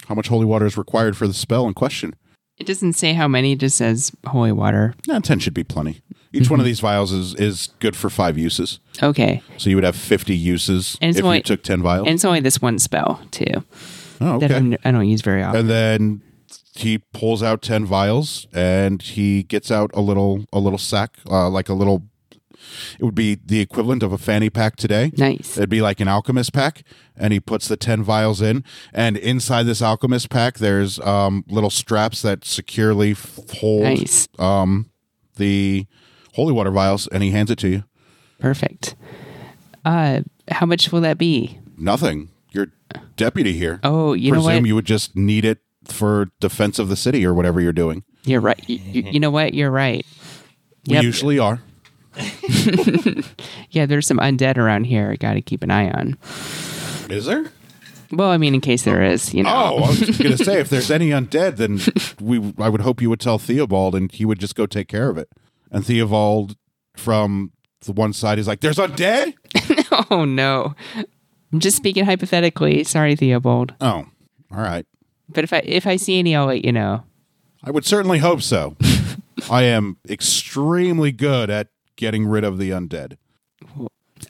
A: How much holy water is required for the spell in question?
D: It doesn't say how many, it just says holy water.
A: Nah, 10 should be plenty. Each one
D: Mm-hmm.
A: of these vials is, is good for five uses.
D: Okay.
A: So you would have 50 uses
D: And it's
A: if
D: only-
A: you took 10 vials.
D: And it's only this one spell, too,
A: oh,
D: that
A: okay.
D: I'm, I don't use very often.
A: and then he pulls out 10 vials and he gets out a little a little sack uh, like a little it would be the equivalent of a fanny pack today
D: Nice.
A: it'd be like an alchemist pack and he puts the 10 vials in and inside this alchemist pack there's um, little straps that securely f- hold
D: Nice.
A: um, the holy water vials and he hands it to you
D: Perfect. Uh, how much will that be?
A: nothing your deputy here
D: Oh, you know
A: presume
D: what?
A: you would just need it for defense of the city or whatever you're doing
D: You're right. You, you- you know what? You're right.
A: we
D: Yep.
A: usually are
D: Yeah, there's some undead around here. I got to keep an eye on.
A: Is there?
D: Well, I mean, in case there is, you know.
A: Oh, I was going to say if there's any undead, then we I would hope you would tell Theobald, and he would just go take care of it. And Theobald from the one side is like, "There's undead."
D: Oh, no. I'm just speaking hypothetically. Sorry, Theobald.
A: Oh, all right.
D: But if I if I see any, I'll let you know.
A: I would certainly hope so. I am extremely good at getting rid of the undead.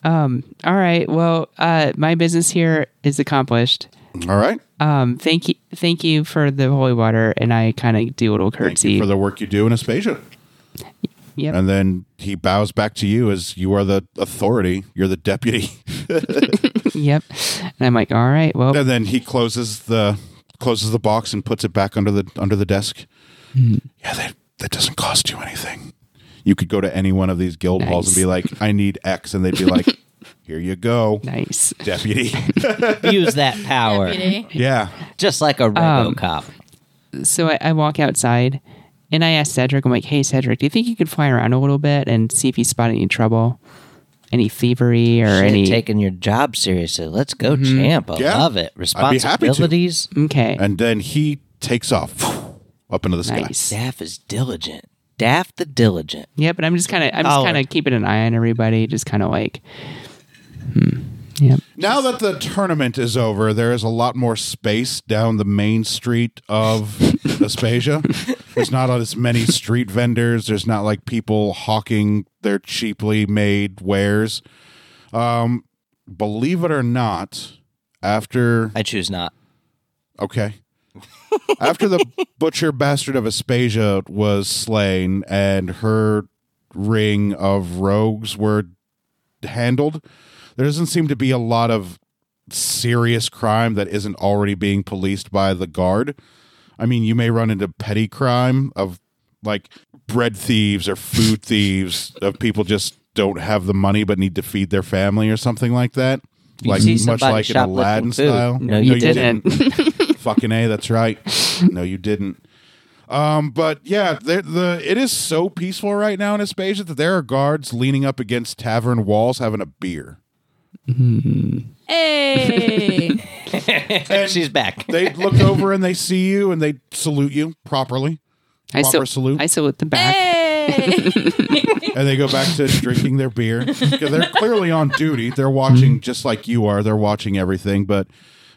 D: Um. All right. Well, uh, my business here is accomplished.
A: All right.
D: Um. Thank you. Thank you for the holy water, and I kind of do a little
A: Thank you
D: curtsy.
A: for the work you do in Aspasia.
D: Yep.
A: And then he bows back to you as you are the authority. You're the deputy.
D: yep. And I'm like, all right. Well,
A: and then he closes the closes the box and puts it back under the under the desk.
D: Hmm.
A: Yeah, that that doesn't cost you anything. You could go to any one of these guild halls and
D: Nice.
A: be like, "I need X," and they'd be like, "Here you go,
D: nice.
A: deputy."
C: Use that power,
B: Deputy.
A: yeah,
C: just like a RoboCop.
D: So I, I walk outside, and I ask Cedric. I'm like, hey, Cedric, do you think you could fly around a little bit and see if you spot any trouble, any thievery or
C: Shit,
D: any?
C: taking your job seriously. Let's go, champ. I
A: Mm-hmm. Yeah.
C: love it.
A: I'd be happy to.
C: Responsibilities.
D: okay.
A: and then he takes off up into the sky.
D: nice.
C: Daff is diligent. Daff the diligent.
D: Yeah, but I'm just kind of I'm just
C: Dollar.
D: kind of keeping an eye on everybody. Just kind of like, hmm. Yep.
A: Now that the tournament is over, there is a lot more space down the main street of Aspasia. There's not as many street vendors. There's not like people hawking their cheaply made wares. Um, believe it or not, after
C: I choose not.
A: Okay. After the butcher bastard of Aspasia was slain and her ring of rogues were handled, there doesn't seem to be a lot of serious crime that isn't already being policed by the guard. I mean, you may run into petty crime of like bread thieves or food thieves, of people just don't have the money but need to feed their family or something like that.
C: You
A: like
C: see
A: much
C: somebody
A: like in
C: shoplifting
A: Aladdin
C: food.
A: style.
C: No, you
A: Fucking A, that's right. No, you didn't. Um, but yeah, there- the it is so peaceful right now in Aspasia that there are guards leaning up against tavern walls having a beer.
B: Hey.
C: She's back.
A: They look over and they see you and they salute you properly,
D: I
A: Proper
D: still
A: salute.
D: I salute the back.
B: hey.
A: and they go back to drinking their beer because they're clearly on duty. They're
C: Mm-hmm.
A: watching just like you are. They're watching everything, but.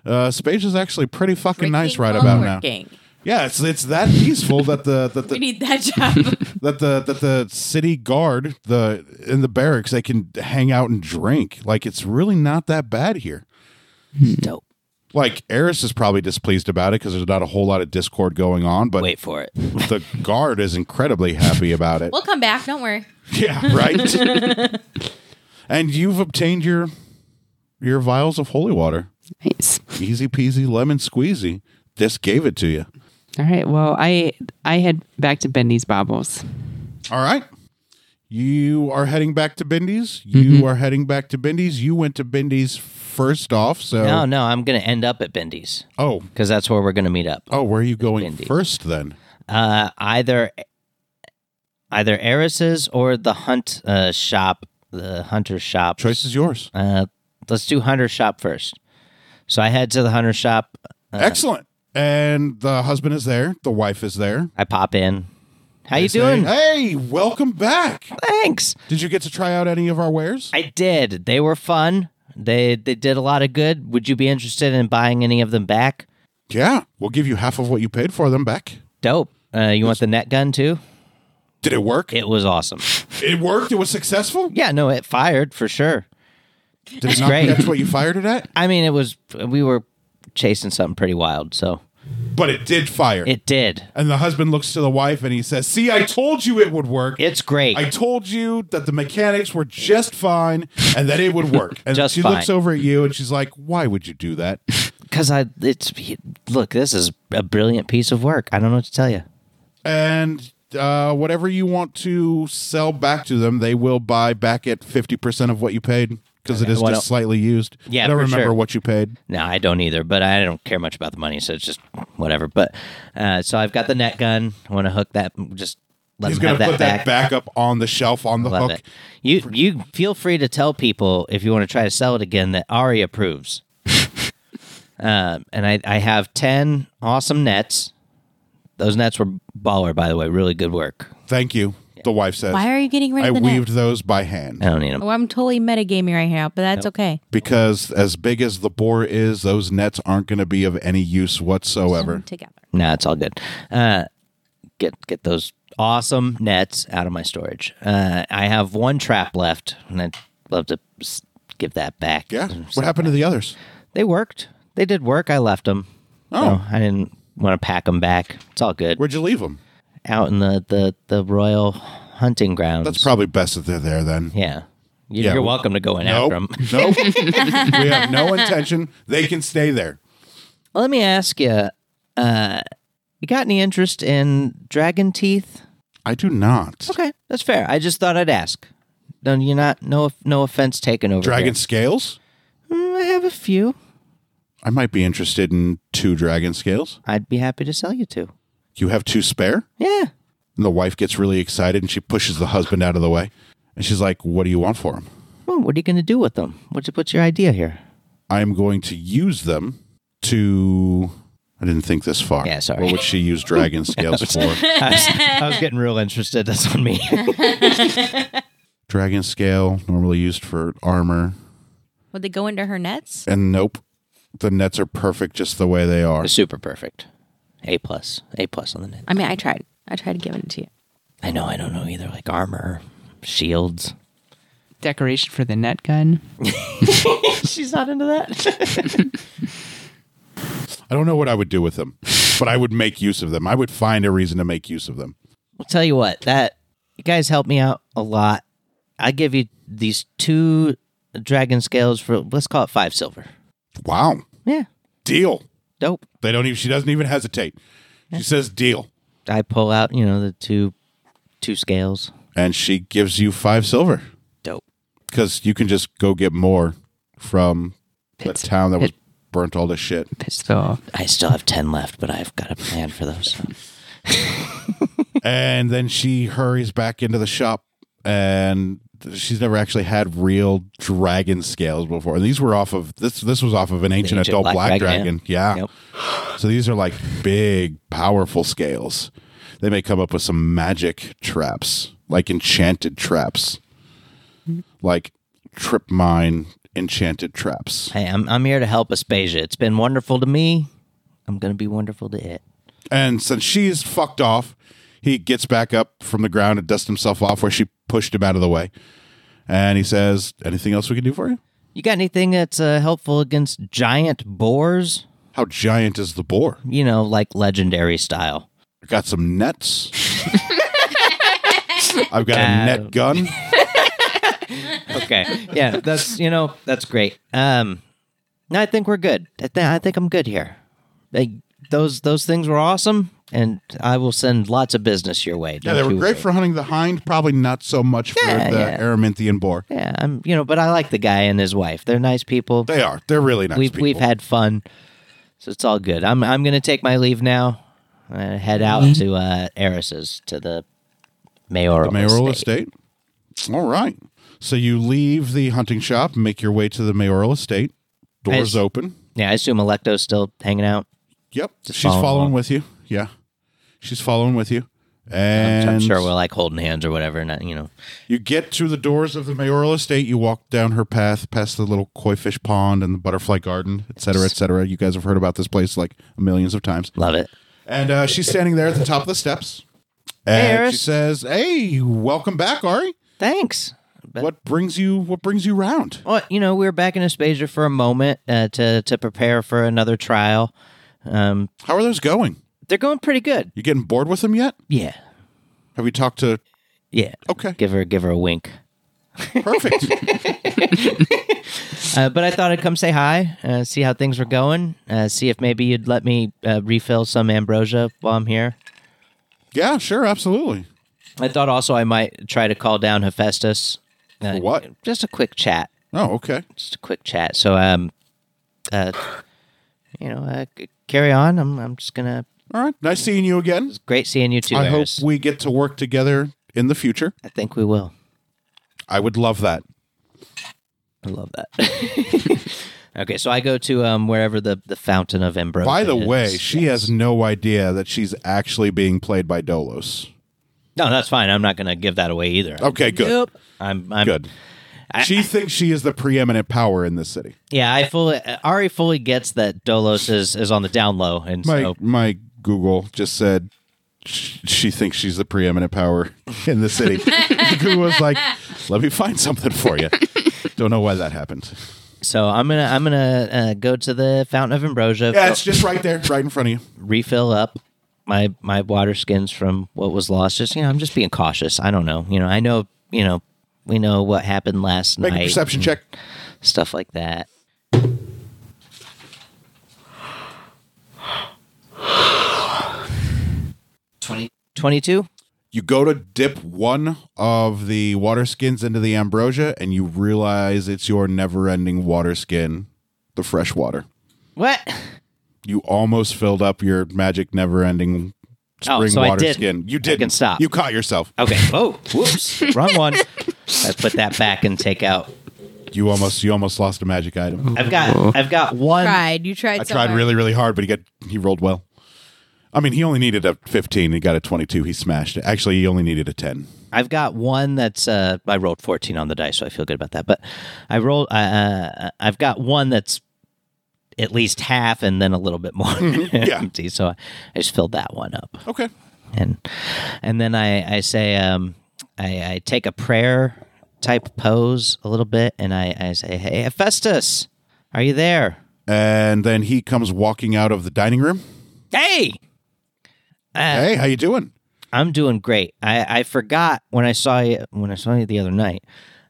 A: Uh, Aspasia's actually pretty fucking nice right about now.
B: Working.
A: Yeah, it's it's that peaceful that the that the
B: We need that job.
A: that the that the city guard the in the barracks they can hang out and drink like it's really not that bad here Hmm.
C: Dope.
A: like eris is probably displeased about it because there's not a whole lot of discord going on but
C: Wait for it.
A: the guard is incredibly happy about it
B: we'll come back. Don't worry.
A: yeah right and you've obtained your your vials of holy water
D: Nice.
A: easy peasy lemon squeezy just gave it to you
D: All right. Well, I I head back to Bendy's Bobbles.
A: All right. You are heading back to Bindy's. You
C: Mm-hmm.
A: are heading back to Bindy's. You went to Bindy's first off, so
C: No, no, I'm gonna end up at Bindy's
A: oh
C: because that's where we're gonna meet up.
A: oh, where are you going
C: Bindy's.
A: first then?
C: Uh, either either Eris's or the Hunt uh, shop, the Hunter shop.
A: Choice is yours.
C: Uh, let's do Hunter shop first. So I head to the Hunter shop.
A: Excellent. And the husband is there. The wife is there.
C: I pop in, How you
A: Say,
C: doing?
A: Hey, welcome back.
C: Thanks.
A: Did you get to try out any of our wares?
C: I did. They were fun. They they did a lot of good. Would you be interested in buying any of them back?
A: yeah, we'll give you half of what you paid for them back.
C: Dope. Uh, you want the net gun too?
A: Did it work?
C: It was awesome.
A: It worked. It was successful.
C: Yeah, no, it fired for sure.
A: Did it not
C: great.
A: catch what you fired it at?
C: I mean, it was we were chasing something pretty wild, so
A: But it did fire.
C: it did.
A: and the husband looks to the wife and he says, "See, I told you it would work.
C: It's great.
A: I told you that the mechanics were just fine and that it would work." And
C: Just
A: she looks
C: fine.
A: over at you and she's like, "Why would you do that?"
C: Because I, it's look, this is a brilliant piece of work. I don't know what to tell you.
A: and uh, whatever you want to sell back to them, they will buy back at fifty percent of what you paid because it is
C: Uh, What
A: just
C: el-
A: slightly used.
C: Yeah,
A: I don't
C: for
A: remember
C: sure.
A: what you paid.
C: No, I don't either, but I don't care much about the money, so it's just whatever. But uh, so I've got the net gun. I want to hook that. Just let
A: He's
C: them
A: gonna
C: have
A: put
C: that back.
A: that back up on the shelf on the
C: Love
A: hook.
C: it. You you feel free to tell people if you want to try to sell it again that Ari approves. um, and I, I have ten awesome nets. Those nets were baller, by the way. Really good work.
A: Thank you. The wife says,
B: Why are you getting rid
A: "I
B: of the
A: weaved
B: net?
A: those by hand
C: I don't need them.
B: Oh, I'm totally metagaming right now, but that's okay.
A: because as big as the boar is, those nets aren't going to be of any use whatsoever."
B: Together.
C: Nah, it's all good. Uh, get get those awesome nets out of my storage. Uh, I have one trap left, and I'd love to s- give that back.
A: Yeah. What happened to the others?
C: They worked. They did work. I left them.
A: Oh.
C: I didn't want to pack them back. It's all good.
A: Where'd you leave them?
C: out in the the the royal hunting grounds.
A: That's probably best that they're there then.
C: yeah. You,
A: Yeah,
C: You're
A: we-
C: welcome to going after them.
A: Nope. nope. we have no intention. They can stay there.
C: Let me ask you. Uh, you got any interest in dragon teeth?
A: I do not.
C: Okay, that's fair. I just thought I'd ask. No, you're not. No, no offense taken over.
A: Dragon scales?
C: here. Mm, I have a few.
A: I might be interested in two dragon scales.
C: I'd be happy to sell you two.
A: You have two spare?
C: Yeah.
A: And the wife gets really excited and she pushes the husband out of the way. And she's like, What do you want for them?
C: Well, what are you going to do with them? What's what's your idea here?
A: I'm going to use them to. I didn't think this far.
C: Yeah, sorry.
A: What would she use dragon scales for?
C: I was, I was getting real interested. That's on me.
A: Dragon scale, normally used for armor.
B: Would they go into her nets?
A: And nope, the nets are perfect just the way they are.
C: Super perfect. A plus. A plus on the net.
B: I mean, I tried. I tried giving it to you.
C: I know. I don't know either. Like armor, shields.
D: Decoration for the net gun.
C: She's not into that.
A: I don't know what I would do with them, but I would make use of them. I would find a reason to make use of them.
C: I'll tell you what. That you guys helped me out a lot. I give you these two dragon scales for let's call it five silver.
A: Wow.
C: Yeah.
A: Deal.
C: Dope.
A: They don't even she doesn't even hesitate. She says deal.
C: I pull out, you know, the two two scales.
A: And she gives you five silver.
C: Dope.
A: Because you can just go get more from the
D: Pits-
A: town that was
D: pit-
A: burnt all to shit.
D: Pissed off.
C: I still have ten left, but I've got a plan for those.
A: and then she hurries back into the shop and she's never actually had real dragon scales before. And these were off of this this was off of an ancient,
C: ancient
A: adult black,
C: black
A: dragon.
C: dragon,
A: Yeah.
C: Yep.
A: So these are like big, powerful scales. They may come up with some magic traps, like enchanted traps, like trip mine enchanted traps.
C: Hey, I'm I'm here to help Aspasia. It's been wonderful to me. I'm gonna be wonderful to it.
A: And since she's fucked off, he gets back up from the ground and dusts himself off where she pushed him out of the way. And he says, Anything else we can do for you?
C: You got anything that's uh, helpful against giant boars?
A: How giant is the boar?
C: You know, like legendary style.
A: Got some nets. I've got a net gun.
C: okay. Yeah, that's you know that's great. Um, no, I think we're good. I, th- I think I'm good here. Like, those those things were awesome, and I will send lots of business your way.
A: Yeah, they
C: Don't
A: were
C: you
A: great
C: worry.
A: for hunting the hind, probably not so much for
C: Yeah,
A: the
C: yeah.
A: Araminthian boar.
C: Yeah, I'm you know, but I like the guy and his wife. They're nice people.
A: They are. They're really nice
C: we've
A: people.
C: we've had fun, so it's all good. I'm I'm gonna take my leave now. Uh, head out to uh, Eris's to the mayoral
A: mayoral
C: estate.
A: estate. All right. So you leave the hunting shop, make your way to the mayoral estate. Doors
C: Nice.
A: open.
C: Yeah, I assume Electo's still hanging out.
A: Yep. She's
C: follow
A: following
C: along.
A: with you. Yeah. She's following with you. And
C: I'm, I'm sure we're like holding hands or whatever. And, I- you know,
A: You get to the doors of the mayoral estate. You walk down her path, past the little koi fish pond and the butterfly garden, et cetera, et cetera. You guys have heard about this place like millions of times.
C: love it.
A: And uh, she's standing there at the top of the steps. And she
C: Eris.
A: says, "Hey, welcome back, Ari.
C: Thanks. But-
A: What brings you? What brings you round?
C: Well, you know, we were back in Aspasia for a moment uh, to to prepare for another trial. Um,
A: How are those going?
C: they're going pretty good.
A: You getting bored with them yet?
C: Yeah,
A: Have you talked to?
C: yeah.
A: Okay,
C: Give her give her a wink.
A: perfect.
C: Uh, but I thought I'd come say hi, uh, see how things were going, uh, see if maybe you'd let me uh, refill some ambrosia while I'm here.
A: yeah, sure, absolutely.
C: I thought also I might try to call down Hephaestus. Uh,
A: For what?
C: Just a quick chat.
A: Oh, okay.
C: Just a quick chat. So, um, uh, you know, uh, c- carry on. I'm I'm just gonna.
A: All right. Nice seeing you again.
C: Great seeing you too.
A: I hope
C: Eris.
A: we get to work together in the future.
C: I think we will.
A: I would love that.
C: I love that. okay, so I go to um wherever the the fountain of ambrosia.
A: By the way,
C: is.
A: she has no idea that she's actually being played by Dolos.
C: no, that's fine. I'm not going to give that away either.
A: Okay, good.
B: Nope.
C: I'm, I'm
A: Oh, Good. she thinks she is the preeminent power in this city.
C: Yeah, I fully Ari fully gets that Dolos is is on the down low, and
A: My
C: so
A: my Google just said sh- she thinks she's the preeminent power in the city. Google was like, "Let me find something for you." Don't know why that happened.
C: so I'm gonna I'm gonna uh, go to the fountain of ambrosia,
A: Yeah, it's just right there, right in front of you.
C: refill up my my water skins from what was lost. Just you know, I'm just being cautious. I don't know. You know, I know. You know, we know what happened last
A: Make a
C: night.
A: perception check.
C: stuff like that. Twenty. 22?
A: You go to dip one of the water skins into the ambrosia, and you realize it's your never-ending water skin, the fresh water.
C: What?
A: you almost filled up your magic never ending spring
C: Oh, so I
A: water
C: didn't.
A: skin. You
C: I
A: didn't
C: can stop.
A: You caught yourself.
C: Okay. Oh, whoops. Wrong one. I put that back and take out.
A: You almost you almost lost a magic item.
C: I've got I've got one.
B: Tried. You tried.
A: I
B: so
A: tried
B: hard.
A: really really hard, but he got he rolled well. I mean, he only needed a 15. He got a 22. He smashed it. Actually, he only needed a 10.
C: I've got one that's uh I rolled 14 on the dice, so I feel good about that. But I rolled uh, uh I've got one that's at least half and then a little bit more
A: Yeah.
C: empty. So I, I just filled that one up.
A: Okay.
C: and and then I I say um I, I take a prayer type pose a little bit and I, I say hey Hephaestus are you there
A: And then he comes walking out of the dining room.
C: hey Uh,
A: Hey, how you doing?
C: I'm doing great I I forgot when I saw you when I saw you the other night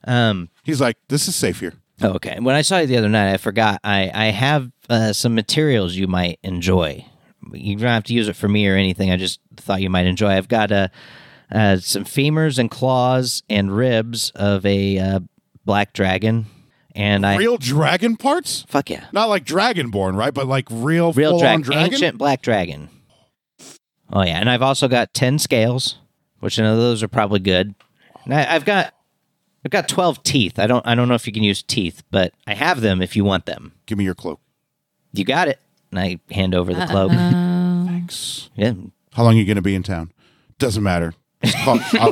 C: um
A: He's like, "This is safe here."
C: okay when I saw you the other night I forgot I I have uh, some materials you might enjoy you don't have to use it for me or anything I just thought you might enjoy I've got a uh, some femurs and claws and ribs of a uh, black dragon, and I
A: Real dragon parts?
C: fuck yeah,
A: Not like dragonborn, right? But like real,
C: real
A: full
C: dragon,
A: dragon.
C: ancient black dragon. Oh yeah, and I've also got ten scales, which I know those are probably good. And I, I've got I've got twelve teeth. I don't I don't know if you can use teeth, but I have them if you want them.
A: Give me your cloak.
C: You got it. And I hand over the cloak.
A: Thanks.
C: Yeah.
A: How long are you going to be in town? Doesn't matter. Just call- I'll-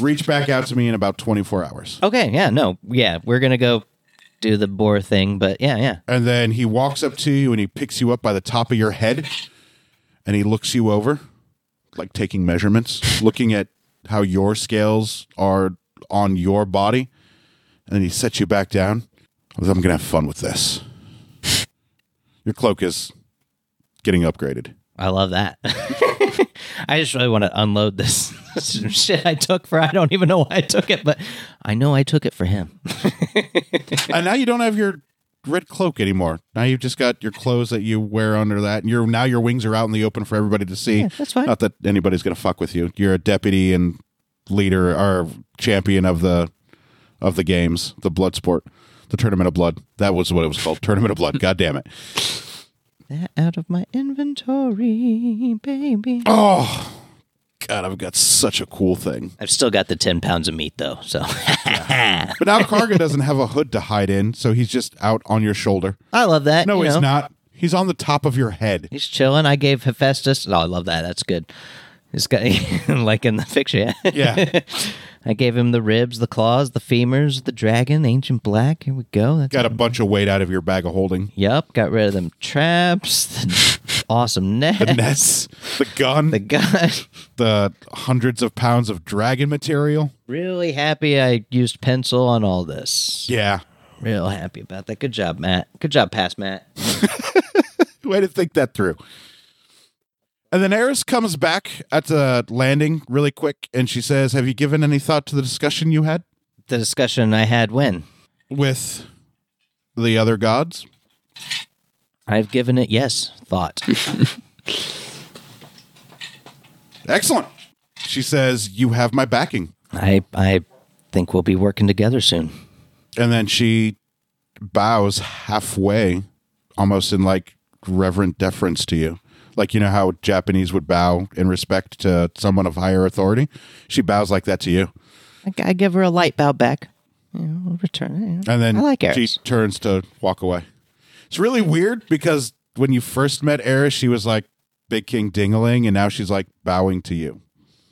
A: reach back out to me in about 24 hours.
C: Okay. Yeah. No. Yeah. We're gonna go do the boar thing, but yeah, yeah.
A: And then he walks up to you and he picks you up by the top of your head and he looks you over, like taking measurements, looking at how your scales are on your body. And then he sets you back down. I'm going to have fun with this. Your cloak is getting upgraded.
C: I love that. I just really want to unload this shit I took for I don't even know why I took it, but I know I took it for him.
A: and now you don't have your red cloak anymore. Now you've just got your clothes that you wear under that, and you're now your wings are out in the open for everybody to see.
C: that's fine.
A: Not that anybody's gonna fuck with you. You're a deputy and leader or champion of the of the games, the blood sport, the tournament of blood. That was what it was called, tournament of blood. God damn it!
C: That out of my inventory, baby.
A: Oh. God, I've got such a cool thing.
C: I've still got the 10 pounds of meat, though. So I
A: But now Karga doesn't have a hood to hide in, so he's just out on your shoulder.
C: love that.
A: No,
C: you
A: he's
C: know.
A: not. He's on the top of your head.
C: He's chilling. I gave Hephaestus. Oh, I love that. That's good. This guy, like in the picture, yeah.
A: Yeah.
C: I gave him the ribs, the claws, the femurs, the dragon, ancient black. Here we go. That's
A: Got a bunch of weight out of your bag of holding.
C: Yep, got rid of them traps, the awesome net,
A: The nets, the gun,
C: the
A: the,
C: gun.
A: hundreds of pounds of dragon material.
C: Really happy I used pencil on all this.
A: Yeah.
C: Real happy about that. Good job, Matt. Good job, pass Matt.
A: Way to think that through. And then Eris comes back at the landing really quick and she says, Have you given any thought to the discussion you had
C: The discussion I had when
A: with the other gods?
C: I've given it yes thought.
A: Excellent. She says, You have my backing.
C: I I think we'll be working together soon.
A: And then she bows halfway, almost in like reverent deference to you. Like, you know how Japanese would bow in respect to someone of higher authority? She bows like that to you.
C: I, I give her a light bow back. You know, we'll return it. you know.
A: And then
C: I like
A: she
C: Eris.
A: turns to walk away. It's really weird because when you first met Eris, she was like Big King Dingaling, and now she's like bowing to you.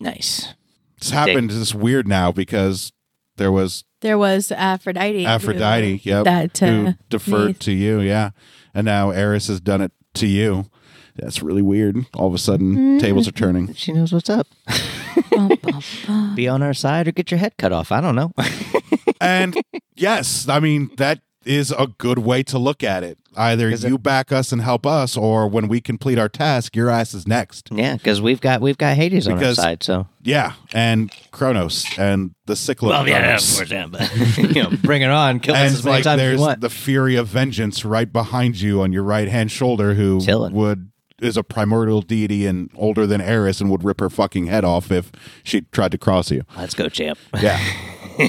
C: Nice.
A: It's happened. It's weird now because there was
B: There was Aphrodite.
A: Aphrodite, yep,
B: That,
A: who
B: uh,
A: deferred
B: made-
A: to you, yeah, and now Eris has done it to you. That's really weird. All of a sudden, tables are turning.
C: She knows what's up. be on our side or get your head cut off. I don't know.
A: And yes, I mean that is a good way to look at it. Either you back us and help us, or when we complete our task, your ass is next.
C: yeah, because we've got we've got Hades on
A: Because-
C: our side. So
A: Yeah, and Kronos and the Cyclops.
C: yeah, but you know, bring it on. Kill us
A: And
C: as many
A: like,
C: times as you
A: there's
C: want.
A: the fury of vengeance right behind you on your right hand shoulder, who
C: Chilling.
A: would is a primordial deity and older than Eris, and would rip her fucking head off if she tried to cross you.
C: Let's go, champ.
A: Yeah.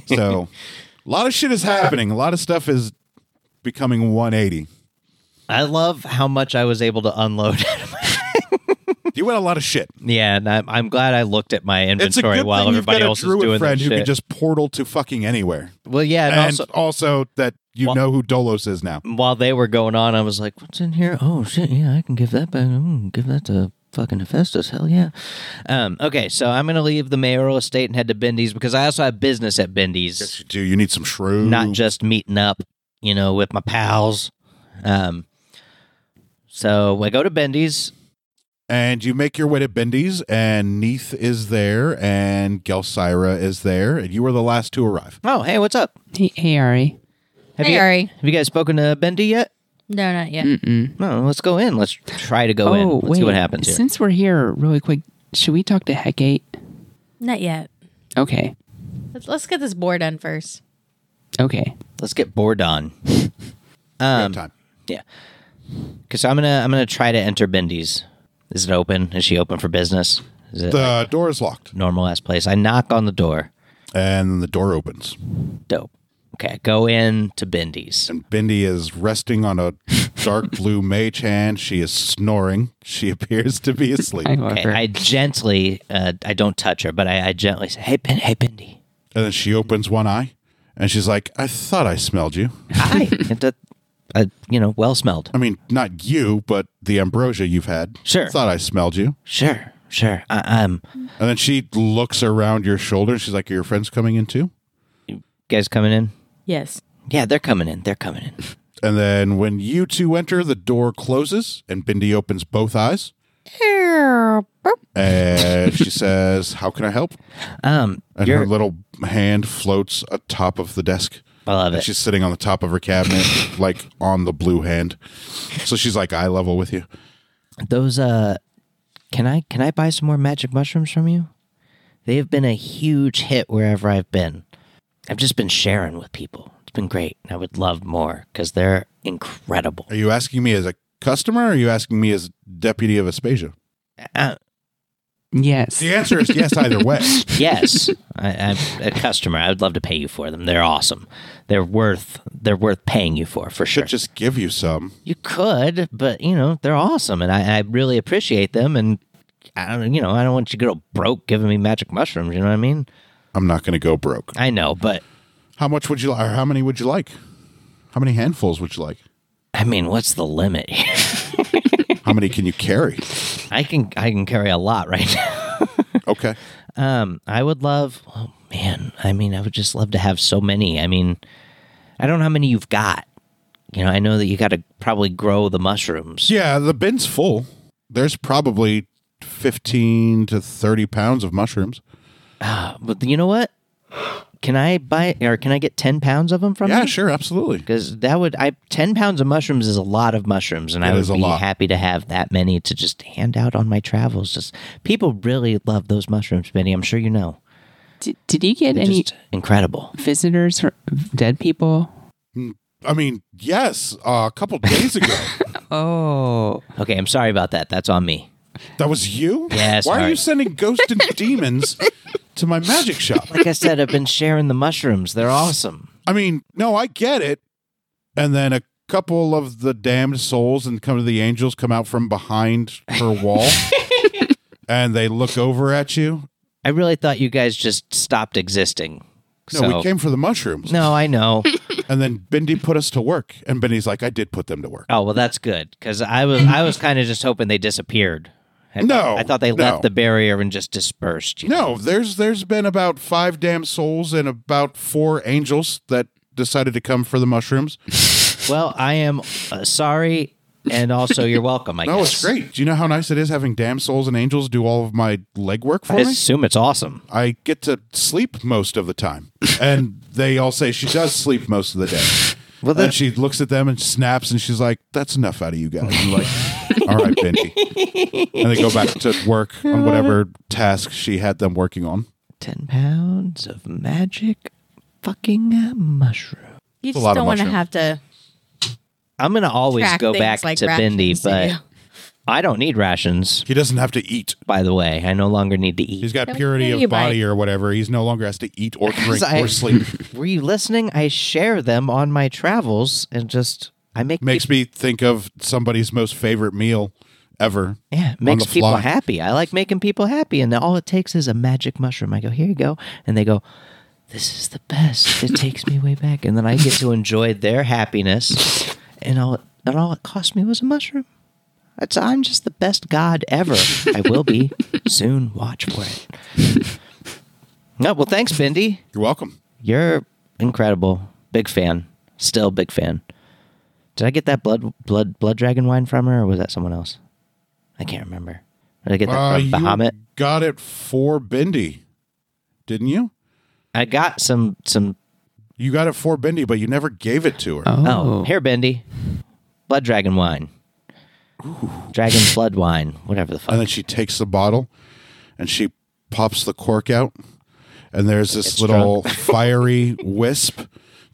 A: so, a lot of shit is happening. A lot of stuff is becoming 180.
C: I love how much I was able to unload.
A: You had a lot of shit.
C: yeah, and I'm, I'm glad I looked at my
A: It's a
C: inventory
A: good
C: while
A: thing you've
C: everybody
A: got a
C: else is doing
A: druid
C: that
A: friend who can
C: shit.
A: just portal to fucking anywhere,
C: well, yeah, and,
A: and,
C: also
A: also, that you
C: Well-
A: know who Dolos is now.
C: while they were going on, I was like, "What's in here? Oh shit! Yeah, I can give that back. Mm, give that to fucking Hephaestus. Hell yeah." Um, okay, so I'm gonna leave the mayoral estate and head to Bendy's because I also have business at Bendy's.
A: Yes, you do. You need some shrooms.
C: not just meeting up, you know, with my pals. Um, so I go to Bendy's.
A: And you make your way to Bendy's, and Neith is there, and Gelsira is there, and you are the last to arrive.
C: Oh, hey, what's up?
D: Hey, hey Ari.
C: Have
B: Hey,
C: you,
B: Ari.
C: Have you guys spoken to Bendy yet?
B: No, not yet.
D: Mm-mm. Oh,
C: No, let's go in. Let's try to go
B: Oh,
C: in. Let's see what happens here.
D: Since we're here, really quick, should we talk to Hecate?
B: Not yet.
D: Okay.
B: Let's, let's get this board done first.
D: Okay.
C: Let's get bored on.
A: Good
C: Um,
A: time.
C: yeah. Cause I'm gonna I'm gonna try to enter Bendy's. Is it open? Is she open for business? Is it
A: The
C: like
A: door is locked,
C: normal ass place? I knock on the door.
A: and the door opens,
C: Dope. Okay, I go in to Bendy's.
A: and Bendy is resting on a dark blue mage hand. She is snoring. She appears to be asleep.
D: I
A: and
D: love
C: Okay,
D: her.
C: I gently, uh, I don't touch her, but I, I gently say, "Hey, ben, hey, Bendy,
A: then she opens one eye, and she's like, "I thought I smelled you.
C: hi." And that- uh, you know, well smelled.
A: I mean, not you, but the ambrosia you've had.
C: Sure.
A: thought I smelled you."
C: Sure, sure. I, um,
A: And then she looks around your shoulder. She's like, "Are your friends coming in too?"
C: guys coming in?
B: Yes.
C: Yeah, they're coming in. They're coming in.
A: And then when you two enter, the door closes and Bindi opens both eyes. And she says, How can I help?
C: Um,
A: And her
C: you're,
A: little hand floats atop of the desk.
C: I love
A: And
C: it.
A: she's sitting on the top of her cabinet, like on the blue hand. So she's like eye level with you.
C: Those, uh, can I can I buy some more magic mushrooms from you? They have been a huge hit wherever I've been. I've just been sharing with people. It's been great. and I would love more because they're incredible.
A: Are you asking me as a customer? Or are you asking me as deputy of Aspasia?
C: Uh,
D: yes.
A: The answer is yes, either way.
C: yes, I, I'm a customer. I would love to pay you for them. They're awesome. They're worth they're worth paying you for for sure.
A: Should just give you some.
C: you could, but you know they're awesome, and I, I really appreciate them. And I don't, you know, I don't want you to go broke giving me magic mushrooms. You know what I mean?
A: I'm not going to go broke.
C: I know, but
A: How much would you like? Or how many would you like? How many handfuls would you like?
C: I mean, what's the limit? here?
A: How many can you carry?
C: I can I can carry a lot right now.
A: Okay.
C: Um, I would love. Oh man, I mean, I would just love to have so many. I mean, I don't know how many you've got. You know, I know that you got to probably grow the mushrooms.
A: Yeah, the bin's full. There's probably 15 to 30 pounds of mushrooms.
C: But you know what? Can I buy or can I get ten pounds of them from
A: Yeah,
C: you?
A: sure, absolutely.
C: Because that would I ten pounds of mushrooms is a lot of mushrooms, and I
A: That
C: would
A: is a
C: be
A: lot.
C: happy to have that many to just hand out on my travels. Just people really love those mushrooms, Benny. I'm sure you know.
D: Did, did you get
C: They're
D: any
C: just incredible.
D: visitors or dead people?
A: I mean, yes, uh, a couple days ago.
D: Oh,
C: Okay, I'm sorry about that. That's on me.
A: that was you?
C: Yes,
A: Why are you
C: alright.
A: sending ghosts and demons to my magic shop?
C: Like I said, I've been sharing the mushrooms. They're awesome.
A: I mean, no, I get it. And then a couple of the damned souls and come to the angels come out from behind her wall and they look over at you.
C: I really thought you guys just stopped existing.
A: No,
C: so,
A: we came for the mushrooms.
C: No, I know.
A: And then Bindi put us to work. And Bindi's like, I did put them to work.
C: Oh well, that's good because I was I was kind of just hoping they disappeared. I
A: No,
C: thought, I thought they
A: no.
C: left the barrier and just dispersed. You
A: No, there's there's been about five damn souls and about four angels that decided to come for the mushrooms.
C: Well, I am uh, sorry, and also you're welcome. I
A: No,
C: guess.
A: it's great. Do you know how nice it is having damn souls and angels do all of my legwork for
C: I
A: me?
C: assume it's awesome.
A: I get to sleep most of the time. And they all say she does sleep most of the day. Well, then she looks at them and snaps and she's like, That's enough out of you guys. I'm like, All right, Benji. And they go back to work on whatever task she had them working on.
C: Ten pounds of magic, fucking mushroom.
B: You
A: a
B: just
A: lot of
B: don't want to
A: mushrooms.
B: have to
C: I'm gonna always
B: track
C: go
B: things
C: back
B: like
C: to Bindi,
B: rations, do
C: but
B: you?
C: I don't need rations.
A: He doesn't have to eat.
C: By the way, I no longer need to eat.
A: He's got
B: Yeah,
A: purity of
B: you're
A: body or whatever. He's no longer has to eat or drink
C: I-
A: or sleep.
C: Were you listening? I share them on my travels and just I make
A: Makes
C: peop-
A: me think of somebody's most favorite meal ever.
C: yeah it makes
A: the
C: people
A: fly.
C: happy. I like making people happy, and all it takes is a magic mushroom. I go here you go, and they go. This is the best. It takes me way back, and then I get to enjoy their happiness, and all and all it cost me was a mushroom. It's, I'm just the best god ever. I will be soon. Watch for it. No, well, thanks, Bindi.
A: You're welcome.
C: You're incredible. Big fan. Still big fan. Did I get that blood blood blood dragon wine from her or was that someone else? I can't remember. Did I get that
A: Uh,
C: from
A: you
C: Bahamut?
A: got it for Bendy, didn't you?
C: I got some some
A: You got it for Bendy, but you never gave it to her.
C: oh, hair bendy. Blood dragon wine. Dragon blood wine. Whatever the fuck.
A: And then she takes the bottle and she pops the cork out. And there's this
C: Gets
A: little fiery wisp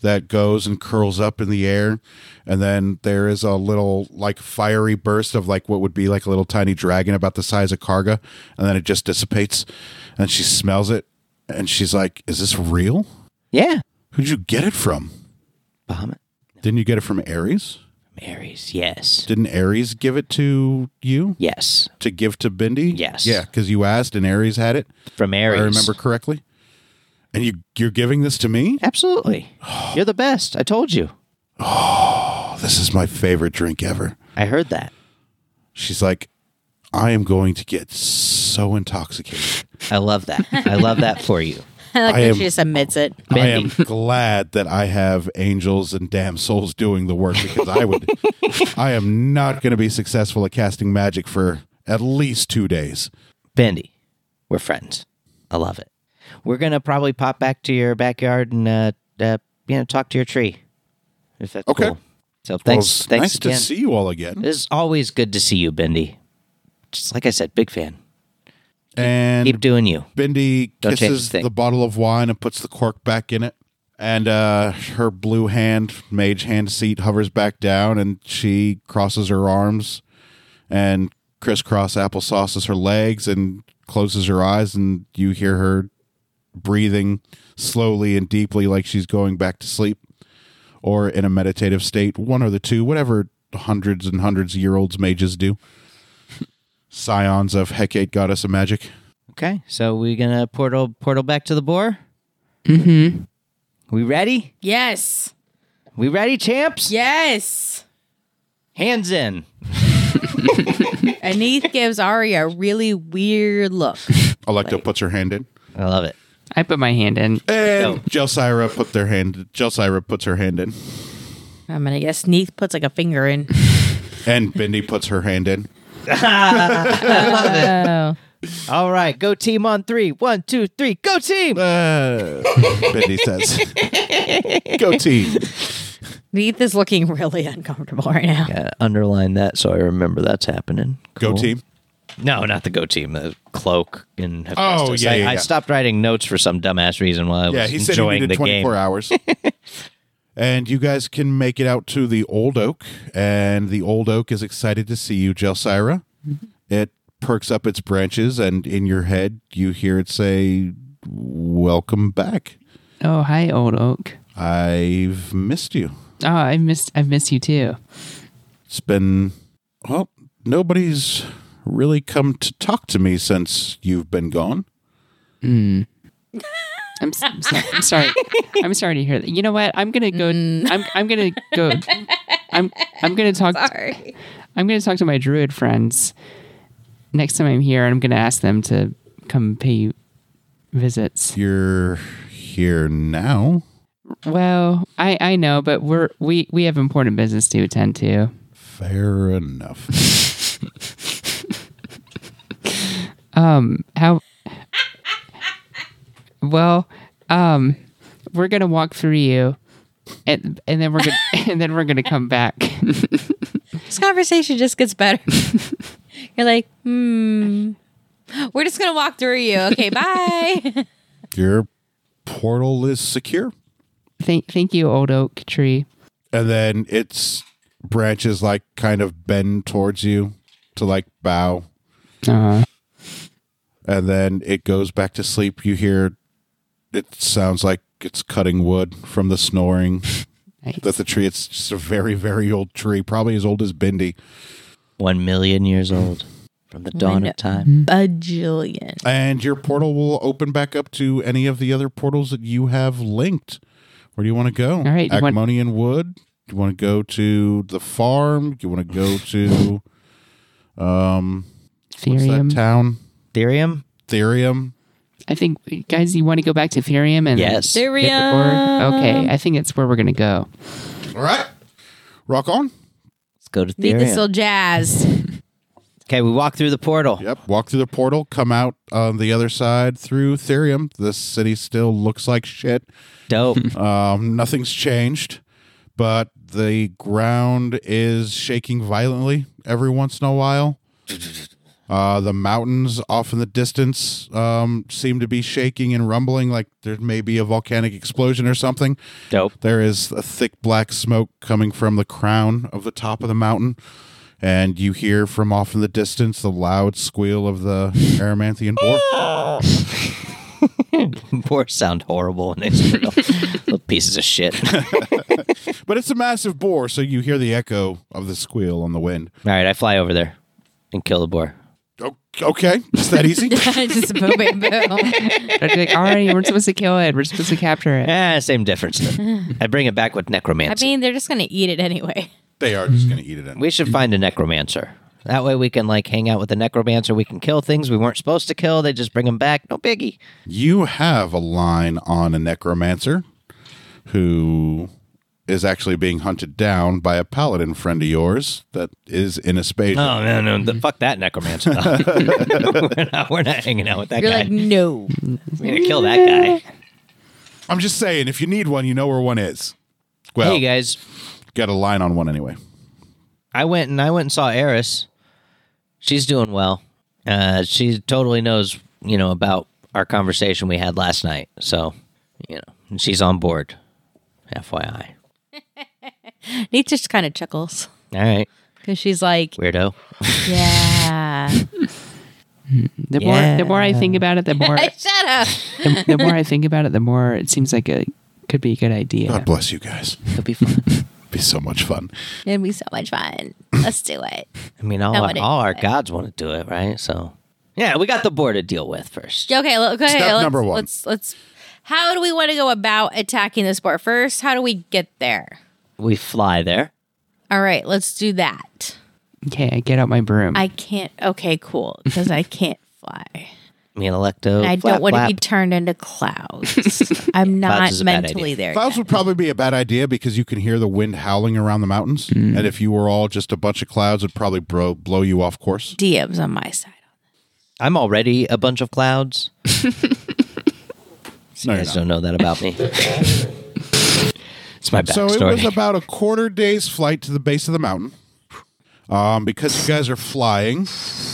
A: that goes and curls up in the air. And then there is a little like fiery burst of like what would be like a little tiny dragon about the size of Karga. And then it just dissipates. And she smells it. And she's like, Is this real?
C: yeah.
A: Who'd you get it from?
C: Bahamut.
A: Didn't you get it from Ares?
C: Aries, yes.
A: Didn't Ares give it to you
C: Yes.
A: to give to Bindi?
C: Yes.
A: Yeah, because you asked and Ares had it.
C: From Aries.
A: I remember correctly. And you you're giving this to me?
C: Absolutely. You're the best. I told you.
A: Oh, this is my favorite drink ever.
C: I heard that.
A: She's like, I am going to get so intoxicated.
C: I love that. I love that for you.
B: I like
A: I
B: that
A: am-
B: she just admits it.
A: I am glad that I have angels and damn souls doing the work because I would I am not going to be successful at casting magic for at least 2 days.
C: Bendy, we're friends. I love it. We're gonna probably pop back to your backyard and uh, uh you know talk to your tree, if that's
A: Okay.
C: cool. So
A: Well,
C: thanks,
A: it's
C: thanks
A: nice
C: again.
A: to see you all again.
C: It's always good to see you, Bendy. Just like I said, big fan.
A: And
C: Keep doing you.
A: Bindi
C: Don't change
A: kisses
C: a thing.
A: the bottle of wine and puts the cork back in it. And uh, her blue hand, mage hand seat, hovers back down and she crosses her arms and crisscross applesauces her legs and closes her eyes. And you hear her breathing slowly and deeply like she's going back to sleep or in a meditative state, one or the two, whatever hundreds and hundreds of year olds mages do. Scions of Hecate, goddess of magic.
C: Okay, so we gonna portal portal back to the boar. Mm-hmm. We ready?
B: Yes.
C: We ready, champs?
B: Yes.
C: Hands in.
B: Anith gives Ari a really weird look.
A: Electo puts her hand in.
C: I love it.
D: I put my hand in.
A: And Jelsira put their hand Jelsira puts her hand in.
B: I'm gonna guess Neith puts like a finger in.
A: And Bendy puts her hand in.
B: Oh,
C: All right, go team on three. One, two, three, go team.
A: Uh, Bendy says. Go team.
B: Neith is looking really uncomfortable right now.
C: Gotta Uh, underline that so I remember that's happening.
A: Go
C: Cool.
A: team.
C: No, not the go team. The cloak and
A: Oh,
C: Hephaestus.
A: yeah,
C: I,
A: yeah,
C: I
A: yeah.
C: stopped writing notes for some dumbass reason while I was
A: Yeah, he said he
C: enjoying
A: needed
C: the
A: 24
C: game.
A: hours. and you guys can make it out to the Old Oak, and the Old Oak is excited to see you, Jelsira.
C: Mm-hmm.
A: It perks up its branches, and in your head, you hear it say, Welcome back.
D: Oh, hi, old oak.
A: I've missed you.
D: Oh, I missed. I've missed you too.
A: It's been, well, nobody's really come to talk to me since you've been gone.
D: I'm, s- I'm, sorry, I'm sorry. I'm sorry to hear that. You know what? I'm gonna go. I'm I'm gonna go. I'm I'm gonna talk.
B: Sorry.
D: I'm gonna talk to my druid friends next time I'm here, and I'm gonna ask them to come pay you visits.
A: You're here now.
D: Well, I I know, but we're we we have important business to attend to.
A: Fair enough.
D: How? Well, um, we're gonna walk through you, and and then we're gonna and then we're gonna come back.
B: This conversation just gets better. You're like, hmm. We're just gonna walk through you. Okay, bye.
A: your portal is secure.
D: thank thank you, old oak tree.
A: and then its branches like kind of bend towards you to like bow
D: Uh,
A: and then it goes back to sleep you hear it sounds like it's cutting wood from the snoring
D: nice.
A: that the tree it's just a very very old tree probably as old as bendy
C: One million years old from the dawn
B: know.
C: of time.
B: Bajillion.
A: and your portal will open back up to any of the other portals that you have linked where do you want to go
D: All right, you want-
A: acmonian wood do you want to go to the farm do you want to go to um what's that
D: Ethereum.
A: town
C: Ethereum?
A: Therium.
D: I think guys, you want to go back to Ethereum and
C: Yes.
D: Hit the org? Okay, I think it's where we're gonna go.
A: All right. Rock on.
C: Let's go to
B: Neith is
C: Ethereum.
B: still jazzed.
C: okay, we walk through the portal.
A: Yep. Walk through the portal, come out on the other side through Therium. The city still looks like shit.
C: Dope.
A: Um, nothing's changed, but the ground is shaking violently every once in a while. Uh, the mountains off in the distance um, seem to be shaking and rumbling like there may be a volcanic explosion or something.
C: Dope.
A: There is a thick black smoke coming from the crown of the top of the mountain, and you hear from off in the distance the loud squeal of the Aramanthian boar.
C: Boars sound horrible and it's little, little pieces of shit. All
A: But it's a massive boar, so you hear the echo of the squeal on the wind.
C: right, I fly over there and kill the boar.
A: O- Okay, is that easy?
B: just boom, boom, boom.
D: I'd be like, all right, we're supposed to kill it. We're supposed to capture it.
C: Eh, same difference. I bring it back with
B: I
C: necromancy.
B: mean, they're just gonna eat it anyway.
A: they are just going to eat it in.
C: we should find a necromancer. That way we can like hang out with the necromancer. We can kill things we weren't supposed to kill. They just bring them back. No biggie.
A: You have a line on a necromancer who is actually being hunted down by a paladin friend of yours that is in a space.
C: Oh no no! th- fuck that necromancer. we're, not, we're not hanging out with that
B: You're
C: guy.
B: like, "Mm-hmm." no.
C: we're gonna kill that guy.
A: I'm just saying, if you need one, you know where one is. Well,
C: hey guys,
A: got a line on one anyway.
C: I went and I went and saw Eris. She's doing well. Uh, she totally knows, you know, about our conversation we had last night. So, you know, and she's on board. FYI.
B: Neith just kind of chuckles
C: All right,
B: because she's like,
C: weirdo.
B: yeah.
D: The more, the more I think about it, the more,
B: Shut up.
D: the, the more I think about it, the more it seems like it could be a good idea.
A: God bless you guys.
C: It'll be fun.
A: Be so much fun.
B: It'd be so much fun. Let's do it.
C: I mean, all,
B: That
C: our,
B: would
C: all our
B: exist.
C: gods want to do it, right? So, yeah, we got the boar to deal with first.
B: Okay, look, okay.
A: Step
B: let's,
A: number one.
B: Let's let's. How do we want to go about attacking this boar first? How do we get there?
C: We fly there.
B: All right, let's do that.
D: Okay, I get out my broom.
B: I can't. Okay, cool. Because I can't fly.
C: Me and Electo.
F: I
C: flap,
F: don't want to
C: flap.
F: be turned into clouds. I'm not
C: is a bad
F: mentally there.
A: Clouds
F: yet.
A: would probably be a bad idea because you can hear the wind howling around the mountains.
C: Mm.
A: And if you were all just a bunch of clouds, it'd probably bro- blow you off course.
F: DMs on my side.
C: I'm already a bunch of clouds.
A: No, you're
C: you
A: not.
C: guys don't know that about me. it's my
A: So
C: backstory.
A: it was about a quarter day's flight to the base of the mountain. Um, because you guys are flying,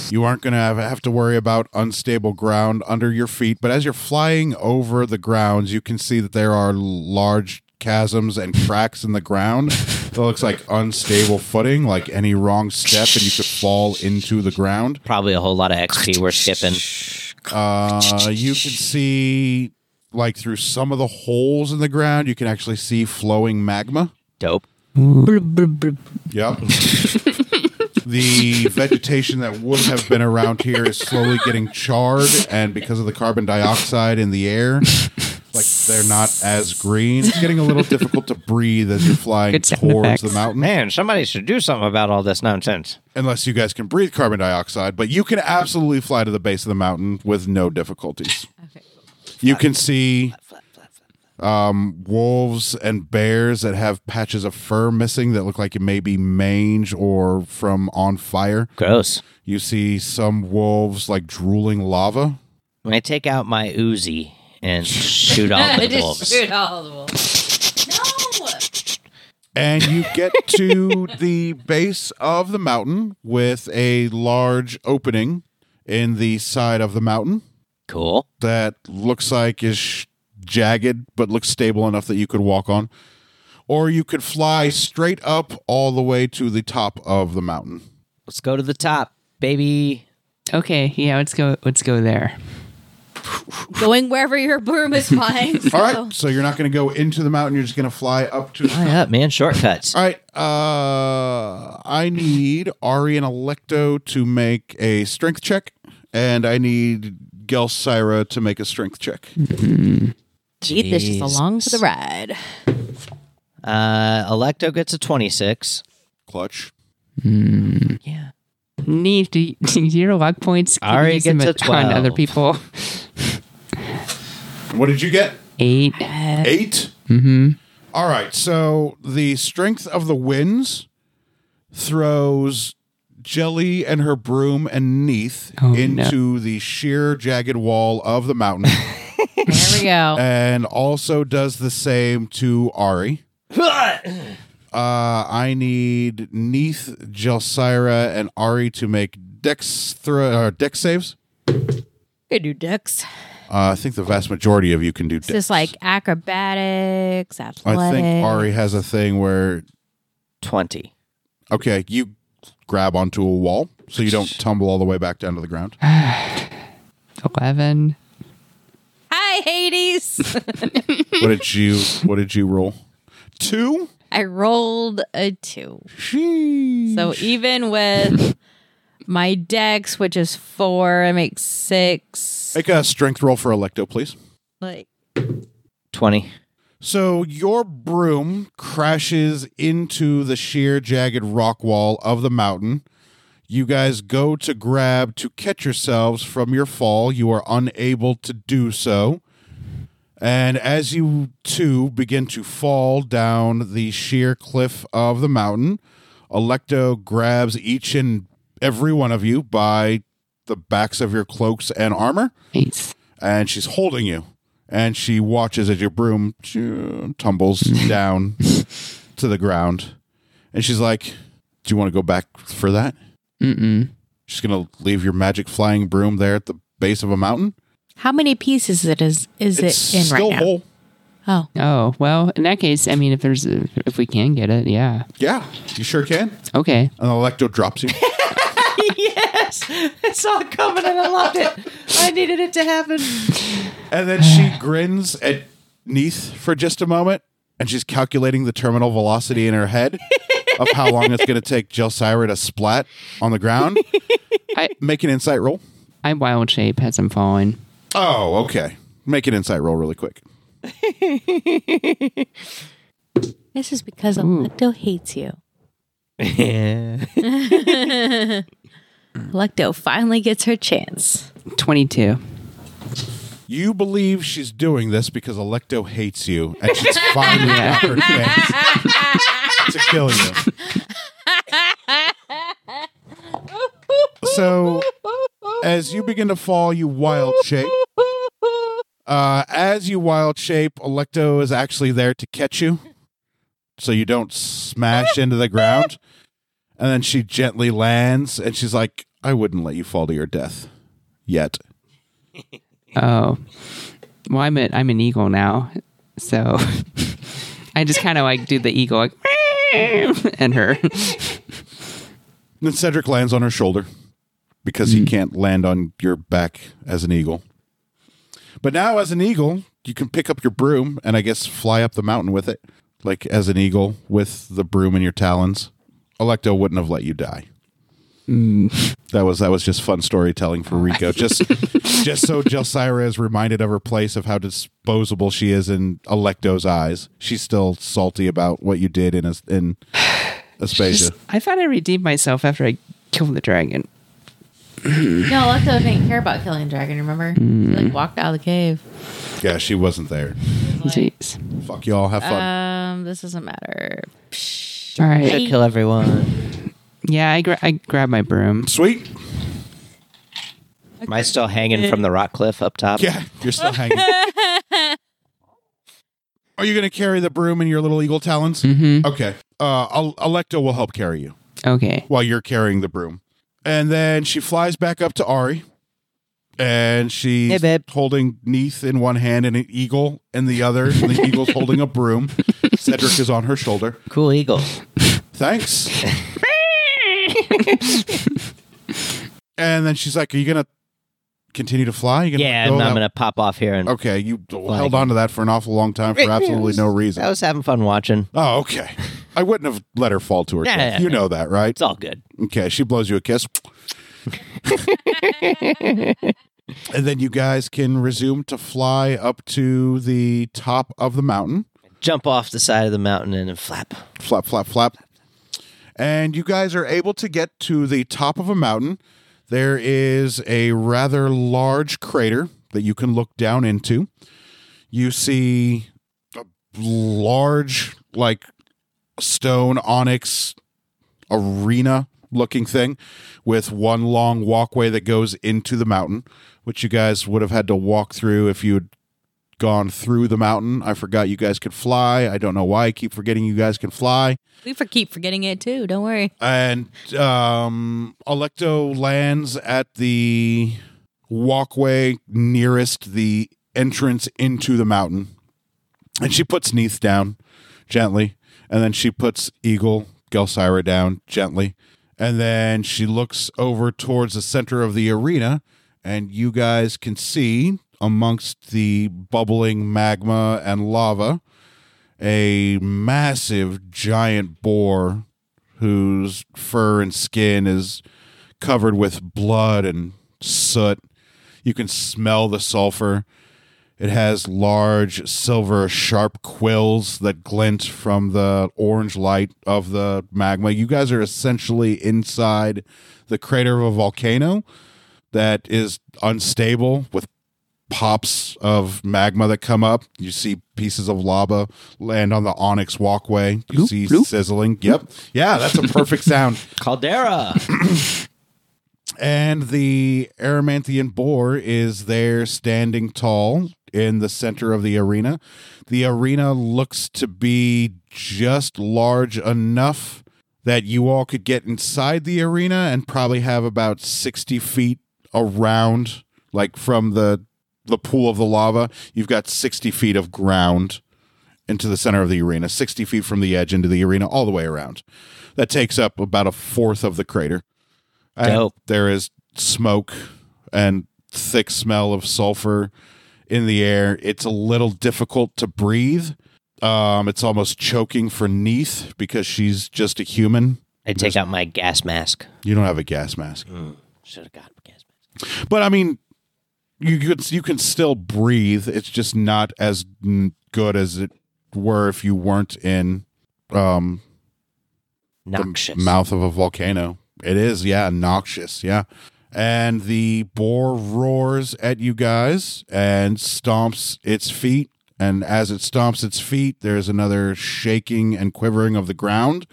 A: you aren't going to have, have to worry about unstable ground under your feet. But as you're flying over the grounds, you can see that there are large chasms and cracks in the ground that looks like unstable footing, like any wrong step, and you could fall into the ground.
C: Probably a whole lot of XP we're skipping.
A: Uh, you can see, like through some of the holes in the ground, you can actually see flowing magma.
C: Dope.
A: Yep. the vegetation that would have been around here is slowly getting charred, and because of the carbon dioxide in the air, like they're not as green. It's getting a little difficult to breathe as you're flying
D: Good sound
A: towards
D: effects.
A: the mountain,
C: Man, somebody should do something about all this nonsense.
A: unless you guys can breathe carbon dioxide. But you can absolutely fly to the base of the mountain with no difficulties. You can see um, wolves and bears that have patches of fur missing that look like it may be mange or from on fire.
C: Gross.
A: You see some wolves like drooling lava.
C: When I take out my Uzi and shoot off the
B: Just
C: wolves.
B: shoot all the wolves.
A: And you get to the base of the mountain with a large opening in the side of the mountain
C: Cool.
A: that looks like is sh- jagged but looks stable enough that you could walk on. Or you could fly straight up all the way to the top of the mountain.
C: Let's go to the top, baby.
D: Okay, yeah, let's go. Let's go there.
B: Going wherever your broom is flying.
A: All right, so you're not going to go into the mountain, you're just going to fly up to the
C: Hurry up, man. Shortcuts.
A: All right. Uh, I need Ari and Electo to make a strength check, and I need Gelsira to make a strength check.
F: Eat this just
C: Jeez.
F: along for the ride.
C: Uh, Electo gets a 26.
A: Clutch.
C: Yeah.
D: Need to zero luck points. Can
C: Ari
D: you use them
C: gets a
D: on other
C: 12.
D: people.
A: What did you get?
D: Eight.
A: 8 Mm-hmm. right. So the strength of the winds throws Jelly and her broom and Neath
D: Oh, no.
A: into the sheer jagged wall of the mountain,
F: There we go.
A: and also does the same to Ari. Uh, I need Neath, Jelsira, and Ari to make dex thro- uh, dex saves.
F: Good do dicks.
A: Uh, I think the vast majority of you can do
F: It's just like acrobatics, athletics.
A: I think Ari has a thing where
C: 20.
A: okay, you grab onto a wall so you don't tumble all the way back down to the ground.
D: Eleven.
B: Hi, Hades.
A: what did you What did you roll? Two.
B: I rolled a two.
A: She.
B: So even with my dex, which is four, I make six.
A: Make a strength roll for Electo, please.
B: Like
C: 20.
A: So your broom crashes into the sheer jagged rock wall of the mountain. You guys go to grab to catch yourselves from your fall. You are unable to do so. And as you two begin to fall down the sheer cliff of the mountain, Electo grabs each and every one of you by the backs of your cloaks and armor
D: Eight.
A: and she's holding you and she watches as your broom tumbles down to the ground and she's like do you want to go back for that
D: Mm-mm.
A: she's gonna leave your magic flying broom there at the base of a mountain
F: How many pieces it is is
A: it's
F: it in
A: still
F: right now?
A: whole
F: Oh,
D: Oh well, in that case, I mean, if there's a, if we can get it, yeah.
A: yeah you sure can
D: Okay.
A: and electro drops you
C: Yes! It's all coming and I loved it. I needed it to happen.
A: and then she grins at neath for just a moment and she's calculating the terminal velocity in her head of how long it's gonna take jelsira to splat on the ground
D: I-
A: make an insight roll
D: I wild shape as I'm falling.
A: Oh, okay. Make an insight roll really quick.
F: this is because Electo hates you. Electo finally gets her chance.
D: Twenty-two.
A: You believe she's doing this because Electo hates you and she's finding
D: Yeah.
A: out her things to kill you. So, as you begin to fall, you wild shape. Uh, as you wild shape, Electo is actually there to catch you so you don't smash into the ground. And then she gently lands and she's like, I wouldn't let you fall to your death yet.
D: Oh, well, I'm a, I'm an eagle now, so I just kind of like do the eagle like and her.
A: And then Cedric lands on her shoulder because he can't land on your back as an eagle. But now, as an eagle, you can pick up your broom and I guess fly up the mountain with it, like as an eagle with the broom in your talons. Electo wouldn't have let you die. That was that was just fun storytelling for Rico. Just just so Jelsira is reminded of her place of how disposable she is in Electo's eyes. She's still salty about what you did in As- in Aspasia.
D: I thought I redeemed myself after I killed the dragon.
F: No, Lecto didn't care about killing dragon, remember? She,
A: Mm.
F: like, walked out of the cave.
A: Yeah, she wasn't there.
D: Jeez.
A: Fuck y'all. Have fun.
B: Um, this doesn't matter.
D: All right.
C: Should kill everyone.
D: Yeah, I gra- I grabbed my broom.
A: Sweet.
C: Am I still hanging from the rock cliff up top?
A: Yeah, you're still hanging. Are you going to carry the broom in your little eagle talons? Mm-hmm. Okay. Uh, Al- Electo will help carry you
D: Okay.
A: while you're carrying the broom. And then she flies back up to Ari. And she's
C: Hey, babe.
A: holding Neath in one hand and an eagle in the other. And the eagle's holding a broom. Cedric is on her shoulder.
C: Cool eagle.
A: Thanks. and then she's like, Are you going to continue to fly? You gonna
C: Yeah,
A: go
C: I'm, I'm
A: that-
C: gonna pop off here and
A: Okay, you d- held on to that for an awful long time for absolutely no reason.
C: I was having fun watching.
A: Oh, okay. I wouldn't have let her fall to her
C: Yeah,
A: death.
C: yeah,
A: you
C: yeah.
A: know that, right?
C: It's all good.
A: Okay, she blows you a kiss. and then you guys can resume to fly up to the top of the mountain.
C: Jump off the side of the mountain and then flap.
A: Flap, flap, flap. And you guys are able to get to the top of a mountain. There is a rather large crater that you can look down into. You see a large, like, stone onyx arena looking thing with one long walkway that goes into the mountain, which you guys would have had to walk through if you had gone through the mountain. I forgot you guys could fly. I don't know why I keep forgetting you guys can fly.
B: We for keep forgetting it too. Don't worry.
A: And um, Electo lands at the walkway nearest the entrance into the mountain. And she puts Neath down gently. And then she puts Eagle Gelsira down gently. And then she looks over towards the center of the arena. And you guys can see amongst the bubbling magma and lava a massive giant boar whose fur and skin is covered with blood and soot. You can smell the sulfur. It has large silver sharp quills that glint from the orange light of the magma. You guys are essentially inside the crater of a volcano that is unstable with pops of magma that come up. You see pieces of lava land on the onyx walkway. You
D: Bloop,
A: see
D: bloop.
A: sizzling. Yep. Yeah, that's a perfect sound.
C: Caldera.
A: And the Aramanthian boar is there standing tall in the center of the arena. The arena looks to be just large enough that you all could get inside the arena and probably have about 60 feet around, like from the, the pool of the lava. You've got 60 feet of ground into the center of the arena, 60 feet from the edge into the arena, all the way around. That takes up about a fourth of the crater. And
C: Dope.
A: There is smoke and thick smell of sulfur in the air. It's a little difficult to breathe. Um, it's almost choking for Neith because she's just a human.
C: I take out my gas mask.
A: You don't have a gas mask.
C: Should have got a gas mask.
A: But I mean, you could you can still breathe. It's just not as n- good as it were if you weren't in um, the
C: Noxious.
A: mouth of a volcano. It is, yeah, noxious, yeah. And the boar roars at you guys and stomps its feet. And as it stomps its feet, there's another shaking and quivering of the ground.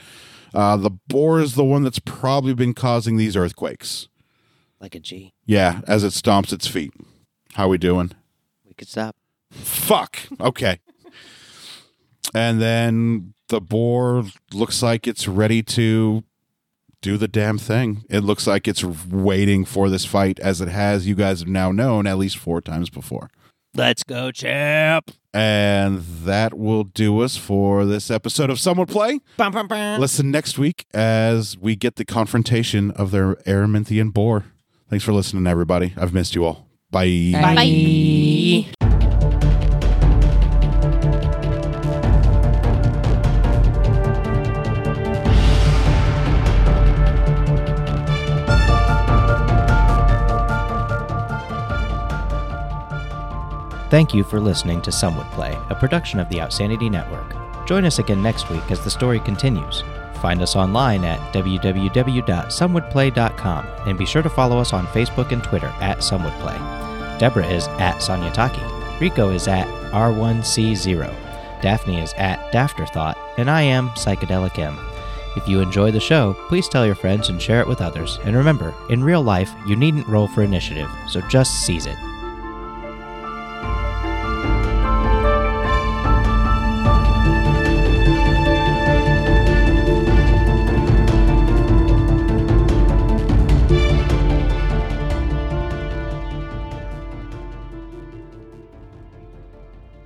A: Uh, the boar is the one that's probably been causing these earthquakes.
C: Like a G.
A: Yeah, as it stomps its feet. How we doing?
C: We could stop.
A: Fuck. Okay. and then the boar looks like it's ready to do the damn thing. It looks like it's waiting for this fight, as it has, you guys have now known, at least four times before.
C: Let's go, champ.
A: And that will do us for this episode of Someone Play.
C: Bum, bum, bum.
A: Listen next week as we get the confrontation of their Araminthian boar. Thanks for listening, everybody. I've missed you all. Bye.
F: Bye.
C: Thank you for listening to Some Would Play, a production of the Outsanity Network. Join us again next week as the story continues. Find us online at www.somewouldplay.com and be sure to follow us on Facebook and Twitter at Some Would Play. Deborah is at Sanyataki, Rico is at R1C0, Daphne is at Dafterthought, and I am Psychedelic M. If you enjoy the show, please tell your friends and share it with others. And remember, in real life, you needn't roll for initiative, so just seize it.